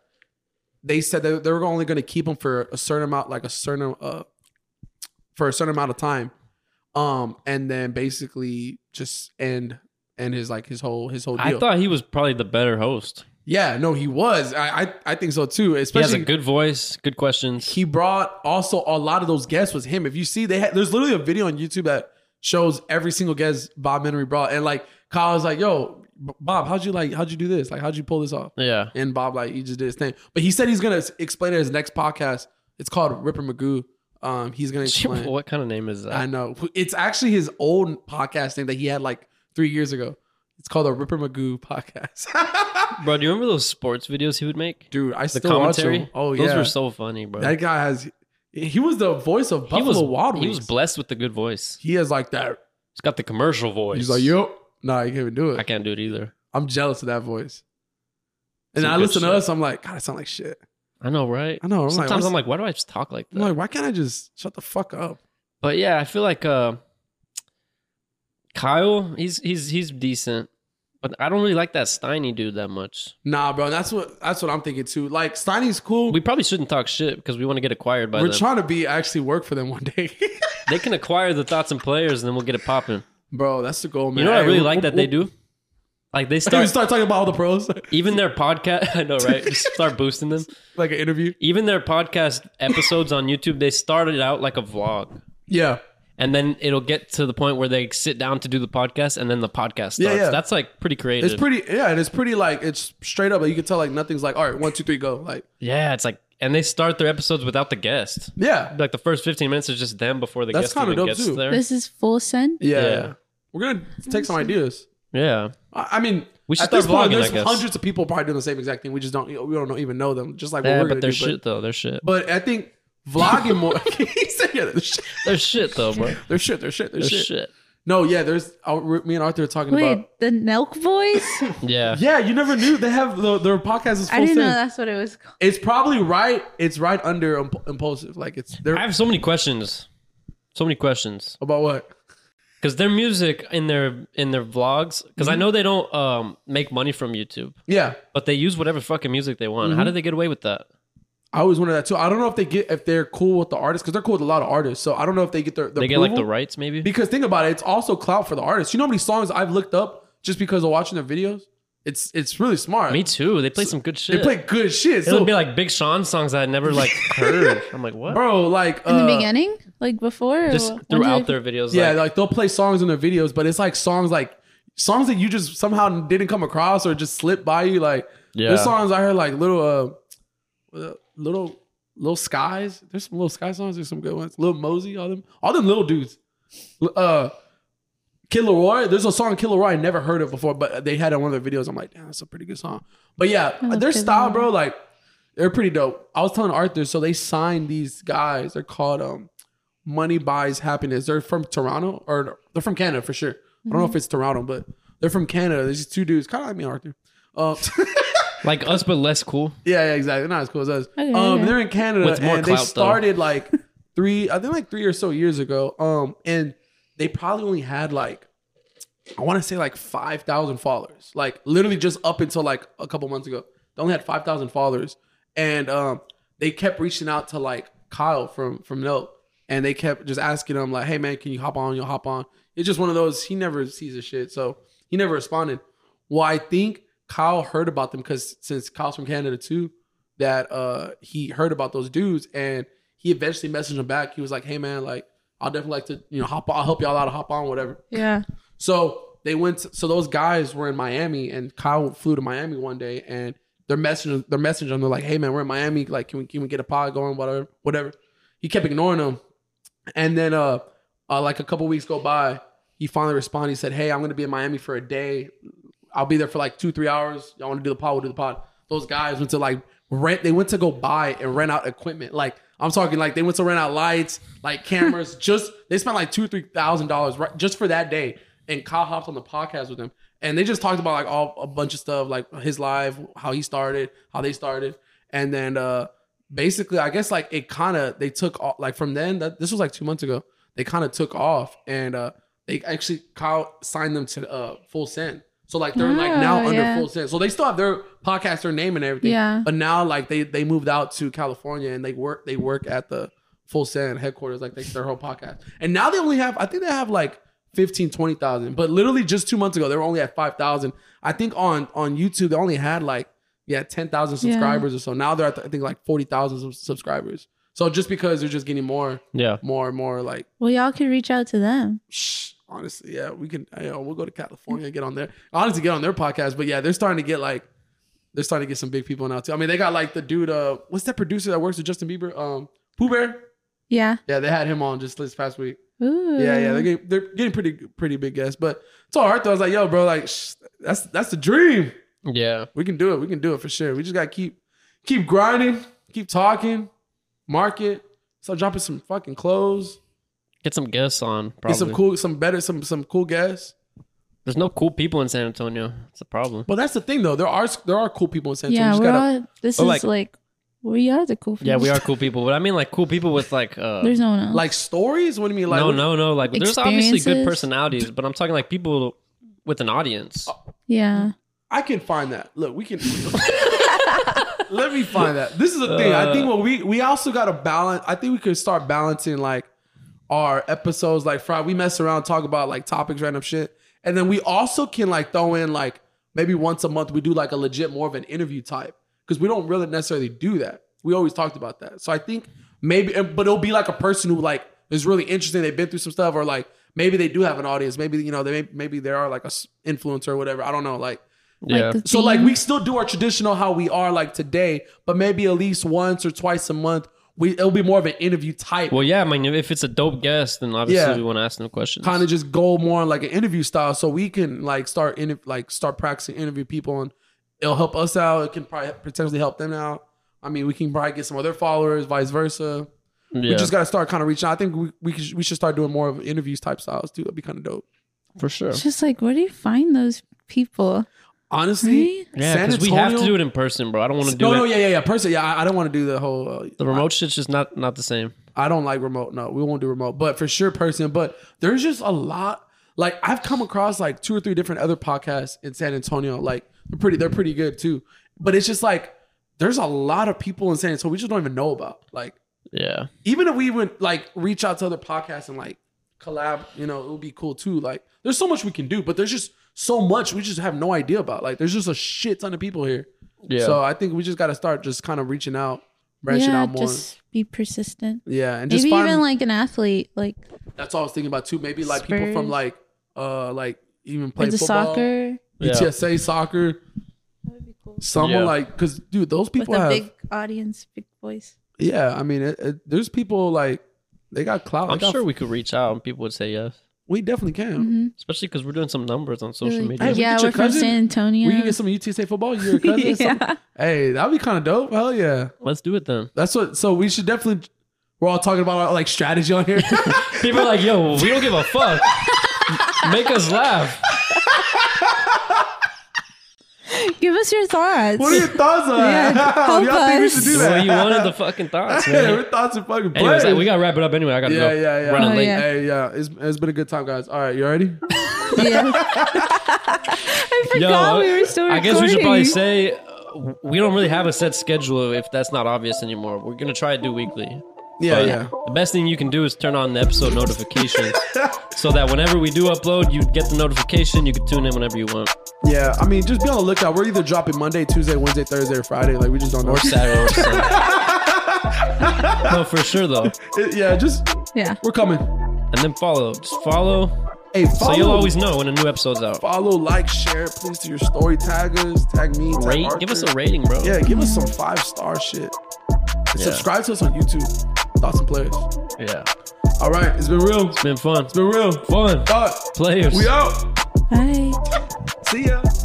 they said that they were only going to keep him for a certain amount, like a certain uh, for a certain amount of time, um, and then basically just end end his like his whole his whole
I
deal.
thought he was probably the better host.
Yeah, no, he was. I I, I think so too.
He has a
Especially he,
good voice, good questions.
brought also a lot of those guests was him. If you see, they had, there's literally a video on YouTube that shows every single guest Bob Menery brought, and like Kyle was like, "Yo, B- Bob, how'd you like how'd you do this? Like how'd you pull this off?"
Yeah.
And Bob like he just did his thing, but he said he's gonna s- explain it his next podcast. It's called Ripper Magoo. Um, he's
(laughs)
gonna explain.
What kind of name is that?
I know. It's actually his own podcast thing that he had like three years ago. It's called the Ripper Magoo podcast. (laughs)
Bro, do you remember those sports videos he would make?
Dude, I
The
still watch
commentary?
him. Oh yeah,
Those were so funny, bro.
that guy has. He was the voice of
he
Buffalo
was
Wild Wings.
He was blessed with a good voice.
He is like that.
He's got the commercial voice.
He's like, yo, nah, you can't even do
I
it.
can't do it either.
I'm jealous of that voice. And
Some
I
good
listen
shit.
to us, I'm like, God, I sound like shit.
I know, right?
I know. I'm like,
Sometimes
what's-
I'm like, why do I just talk like that?
I'm like, why can't I just shut the fuck up?
But yeah, I feel like uh, Kyle, he's he's he's decent, but I don't really like that Steiny dude that much.
Nah, bro. That's what that's what I'm thinking too. Like Steiny's cool.
We probably shouldn't talk shit because we want to get acquired by
We're
them.
trying to be actually work for them one day. (laughs)
they can acquire the thoughts and players, and then we'll get it popping.
bro, that's the goal, man.
You know what I
Hey,
really
we-
like
we-
that they
we-
do?
(laughs)
Like they
Start,
start
start talking about all the pros, (laughs)
even their podcast. (laughs) I know, right? Just start boosting them.
like an interview.
Even their podcast episodes on YouTube, they started out like a vlog.
Yeah,
And then it'll get to the point where they sit down to do the podcast, and then the podcast starts.
Yeah, yeah.
That's like pretty creative.
it's pretty. Yeah, and it's pretty like it's straight up. Like, you can tell like nothing's like all right, one, two, three, go. Like
Yeah, it's like, and they start their episodes without the guest.
yeah,
Like the first fifteen minutes is just them before the
That's
guest
kinda
even
dope,
gets
too.
there.
This is full send.
yeah.
Yeah.
We're gonna take some ideas.
yeah,
I, I mean,
We should
at this point,
start vlogging, I
there's
guess.
hundreds of people probably doing the same exact thing. We just don't. We don't even know them. Just like what
yeah,
we're
but
gonna
they're
do.
shit though. They're shit.
But, but I think vlogging
(laughs)
more. (laughs) He said, yeah, they're shit.
They're shit though, bro.
They're shit. They're shit. They're, (laughs)
They're
shit.
shit.
No, yeah. There's uh, me and Arthur are talking
Wait,
about.
the Nelk
(laughs)
voice?
Yeah,
Yeah, you never knew they have the, their podcast is full
I didn't know
send.
that's what it was called.
It's probably right. It's right under imp- impulsive. Like it's they're
I have so many questions. So many questions
about what?
because their music in their in their vlogs. Because
Mm-hmm.
I know they don't um make money from YouTube,
Yeah,
but they use whatever fucking music they want.
Mm-hmm.
How do they get away with that?
I always wonder that too. I don't know if they get if they're cool with the artists because they're cool with a lot of artists. So I don't know if they get their, their
They get like the
approval.
rights, maybe.
because think about it. It's also clout for the artists. You know how many songs I've looked up just because of watching their videos. It's it's really smart.
Me too. They play some good shit.
They play good shit.
It'll
So,
be like Big Sean songs that I never
(laughs)
like heard. I'm like, what?
bro, like
In the
uh,
beginning? Like before? or
Just
what- when did
throughout
it-
their videos,
Yeah,
like,
like, they'll play songs in their videos, but it's like songs like songs that you just somehow didn't come across or just slipped by you. Like
Yeah.
there's songs I heard like little uh what, uh, little little skies. There's some little sky songs. There's some good ones. Little Mosey, all them, all them little dudes. L- Uh, Kid Leroy. There's a song Kid Leroy I never heard of before, but they had it on one of their videos. I'm like, damn, that's a pretty good song. But yeah,
love
their
Kid
style,
Leroy.
bro, like they're pretty dope. I was telling Arthur, so they signed these guys. They're called um Money Buys Happiness. They're from Toronto or they're from Canada for sure. I don't know if it's Toronto, but they're from Canada. There's these two dudes, kind of like me, and Arthur. Um, (laughs)
like us but less cool.
yeah, yeah, exactly. Not as cool as us.
Okay,
um,
okay.
they're in Canada,
With more
and
clout,
they
though.
started like (laughs) three, I think like three or so years ago. Um, and they probably only had like, I want to say like five thousand followers. Like literally just up until like a couple months ago, they only had five thousand followers, and um, they kept reaching out to like Kyle from from Note, and they kept just asking him like, "Hey man, can you hop on? You'll hop on." It's just one of those. He never sees a shit, so he never responded. Well, I think Kyle heard about them because since Kyle's from Canada too, that uh he heard about those dudes and he eventually messaged him back. He was like, "Hey man, like I'll definitely like to you know hop on. I'll help y'all out. I'll hop on whatever."
Yeah.
So they went. so those guys were in Miami, and Kyle flew to Miami one day, and they're messaging, they're messaging them. They're like, "Hey man, we're in Miami. Like, can we can we get a pod going? Whatever, whatever." He kept ignoring them, and then uh, uh like a couple weeks go by, he finally responded. He said, "Hey, I'm gonna be in Miami for a day. I'll be there for like two three hours. Y'all want to do the pod? We'll do the pod." Those guys went to like rent. They went to go buy and rent out equipment. Like I'm talking like they went to rent out lights, like cameras. (laughs) just they spent like two three thousand dollars right, just for that day. And Kyle hopped on the podcast with him, and they just talked about like all a bunch of stuff, like his life, how he started, how they started, and then uh basically I guess like it kind of they took off like from then that this was like two months ago they kind of took off and uh they actually Kyle signed them to uh Full Send so like they're like now
Oh,
under
yeah.
Full Send so they still have their podcast their name and everything
Yeah.
but now like they they moved out to California and they work they work at the Full Send headquarters like they, their whole podcast and now they only have I think they have like 15 20,000 but literally just 2 months ago they were only at 5,000 I think on on YouTube they only had like yeah, ten thousand
Yeah.
subscribers or so. Now they're at I think like forty thousand sub- subscribers. So just because they're just getting more,
Yeah.
more, more like.
Well, y'all could reach out to them.
Shh, honestly, yeah, we can. You know, we'll go to California, get on there. Honestly, get on their podcast. But yeah, they're starting to get like, they're starting to get some big people now too. I mean, they got like the dude. Uh, what's that producer that works with Justin Bieber? Um, Pooh Bear.
Yeah.
Yeah, they had him on just this past week.
Ooh.
Yeah, yeah, they're getting, they're getting pretty pretty big guests. But it's all right though. I was like, yo, bro, like shh, that's that's the dream.
Yeah.
We can do it. We can do it for sure. We just gotta keep keep grinding, keep talking, market, start dropping some fucking clothes,
Get some guests on. Probably.
get some cool, some better, some some cool guests.
There's no cool people in San Antonio. It's a problem.
But that's the thing though. There are there are cool people in San Antonio. We
Yeah,
just
we're
gotta-
all. This
Or,
is
like-
like, we are the cool.
Yeah, we
(laughs)
are
ones.
cool people, but I mean like cool people with like uh
There's no one else.
like stories. What do you mean? Like
no, no, no. Like there's obviously good
Experiences?
personalities, but I'm talking like people with an audience.
Uh,
(laughs) yeah.
I can find that. Look,
(laughs)
we can. (laughs) Let me find that. This is the thing. I think what we we also got to balance. I think we could start balancing like our episodes. Like Friday, we mess around, talk about like topics, random shit, and then we also can like throw in like maybe once a month we do like a legit more of an interview type because we don't really necessarily do that. We always talked about that. So I think maybe, and- but it'll be like a person who like is really interesting. They've been through some stuff, or like maybe they do have an audience. Maybe you know they may, maybe they are like a s- influencer or whatever. I don't know. Like
Yeah.
the
so like
theme.
we still do our traditional how we are like today, but maybe at least once or twice a month, we it'll be more of an interview type.
Well, yeah, I mean if it's a dope guest, then obviously
Yeah.
we want to ask them questions.
kind of just go more on like an interview style, so we can like start in like start practicing interview people, and it'll help us out. It can probably potentially help them out. I mean, we can probably get some other followers, vice versa.
yeah,
We just gotta start kind of reaching. out. I think we we, could, we should start doing more of interviews type styles too. That'd be kind of dope.
for sure.
It's just like, where do you find those people?
Honestly,
Right?
Yeah,
San
because we have to
Antonio-
do it in person, bro. I don't want to do
no,
it.
no, yeah, yeah, yeah. Person, yeah, I, I don't want to do the whole. Uh,
The remote shit's just not not the same.
I don't like remote. No, we won't do remote, but for sure person. But there's just a lot. Like I've come across like two or three different other podcasts in San Antonio. Like they're pretty, they're pretty good too. But it's just like there's a lot of people in San Antonio we just don't even know about. Like
Yeah,
even if we would like reach out to other podcasts and like collab, you know, it would be cool too. Like there's so much we can do, but there's just so much we just have no idea about. Like there's just a shit ton of people here.
yeah.
So I think we just got to start just kind of reaching out, branching
yeah,
out more.
just be persistent.
yeah, and just
Maybe
find
even like an athlete, like
That's all I was thinking about too. Maybe like people
Spurs.
from like uh like even play
into
football,
soccer.
Yeah.
UTSA soccer,
That would be cool.
someone
Yeah.
like because dude, those people
With a
have
big audience, big voice.
yeah. I mean, it, it, there's people like they got clout.
I'm
They got-
sure we could reach out and people would say yes,
we definitely can.
hmm
especially because we're doing some numbers on social
Really-
media.
Hey, we
yeah,
get your
we're from
cousin.
San Antonio.
We can
(laughs)
get some UTSA football. You're a cousin. or something.
yeah.
Hey, that'd be kind of dope. Hell yeah.
Let's do it then.
That's what. So we should definitely. We're all talking about like strategy
(laughs)
on here.
People are like, yo, we don't give
(laughs)
a fuck. Make us laugh.
Give us your thoughts.
what are your thoughts on
Yeah,
that?
help
(laughs) Y'all think we should
us.
do
Well,
that?
you wanted the fucking
(laughs)
thoughts,
Hey,
man.
we're thoughts and fucking
Anyways,
plays.
we gotta wrap it up anyway. I gotta
Yeah,
go.
yeah, yeah.
Running
Oh,
late.
yeah.
Hey, yeah, it's, it's been a good time, guys. All right, you ready?
Yeah. (laughs) I
Yo,
forgot
I-
we were still
I
recording.
guess we should probably say uh, we don't really have a set schedule if that's not obvious anymore. We're gonna try to do weekly.
Yeah,
But
yeah.
The best thing you can do is turn on the episode notifications (laughs) so that whenever we do upload, you get the notification. You can tune in whenever you want.
(laughs) Yeah, I mean, just be on the lookout. We're either dropping Monday, Tuesday, Wednesday, Thursday, or Friday. Like, we just don't know.
Or Saturday or Sunday. no, for sure though.
(laughs) It- yeah, just,
Yeah.
we're coming.
And then follow. Just follow.
Hey, follow,
So you'll always know when a new episode's out.
follow, like, share, please, to your story taggers. Tag me. Tag
Rate.
Arthur.
Give us a rating, bro.
Yeah, give us some five star shit. And
Yeah.
Subscribe to us on YouTube. Thoughts and players.
Yeah.
All right, it's been real. It's
It's been fun. It's
been real.
been fun.
Thought.
Players.
We out.
Bye.
See ya.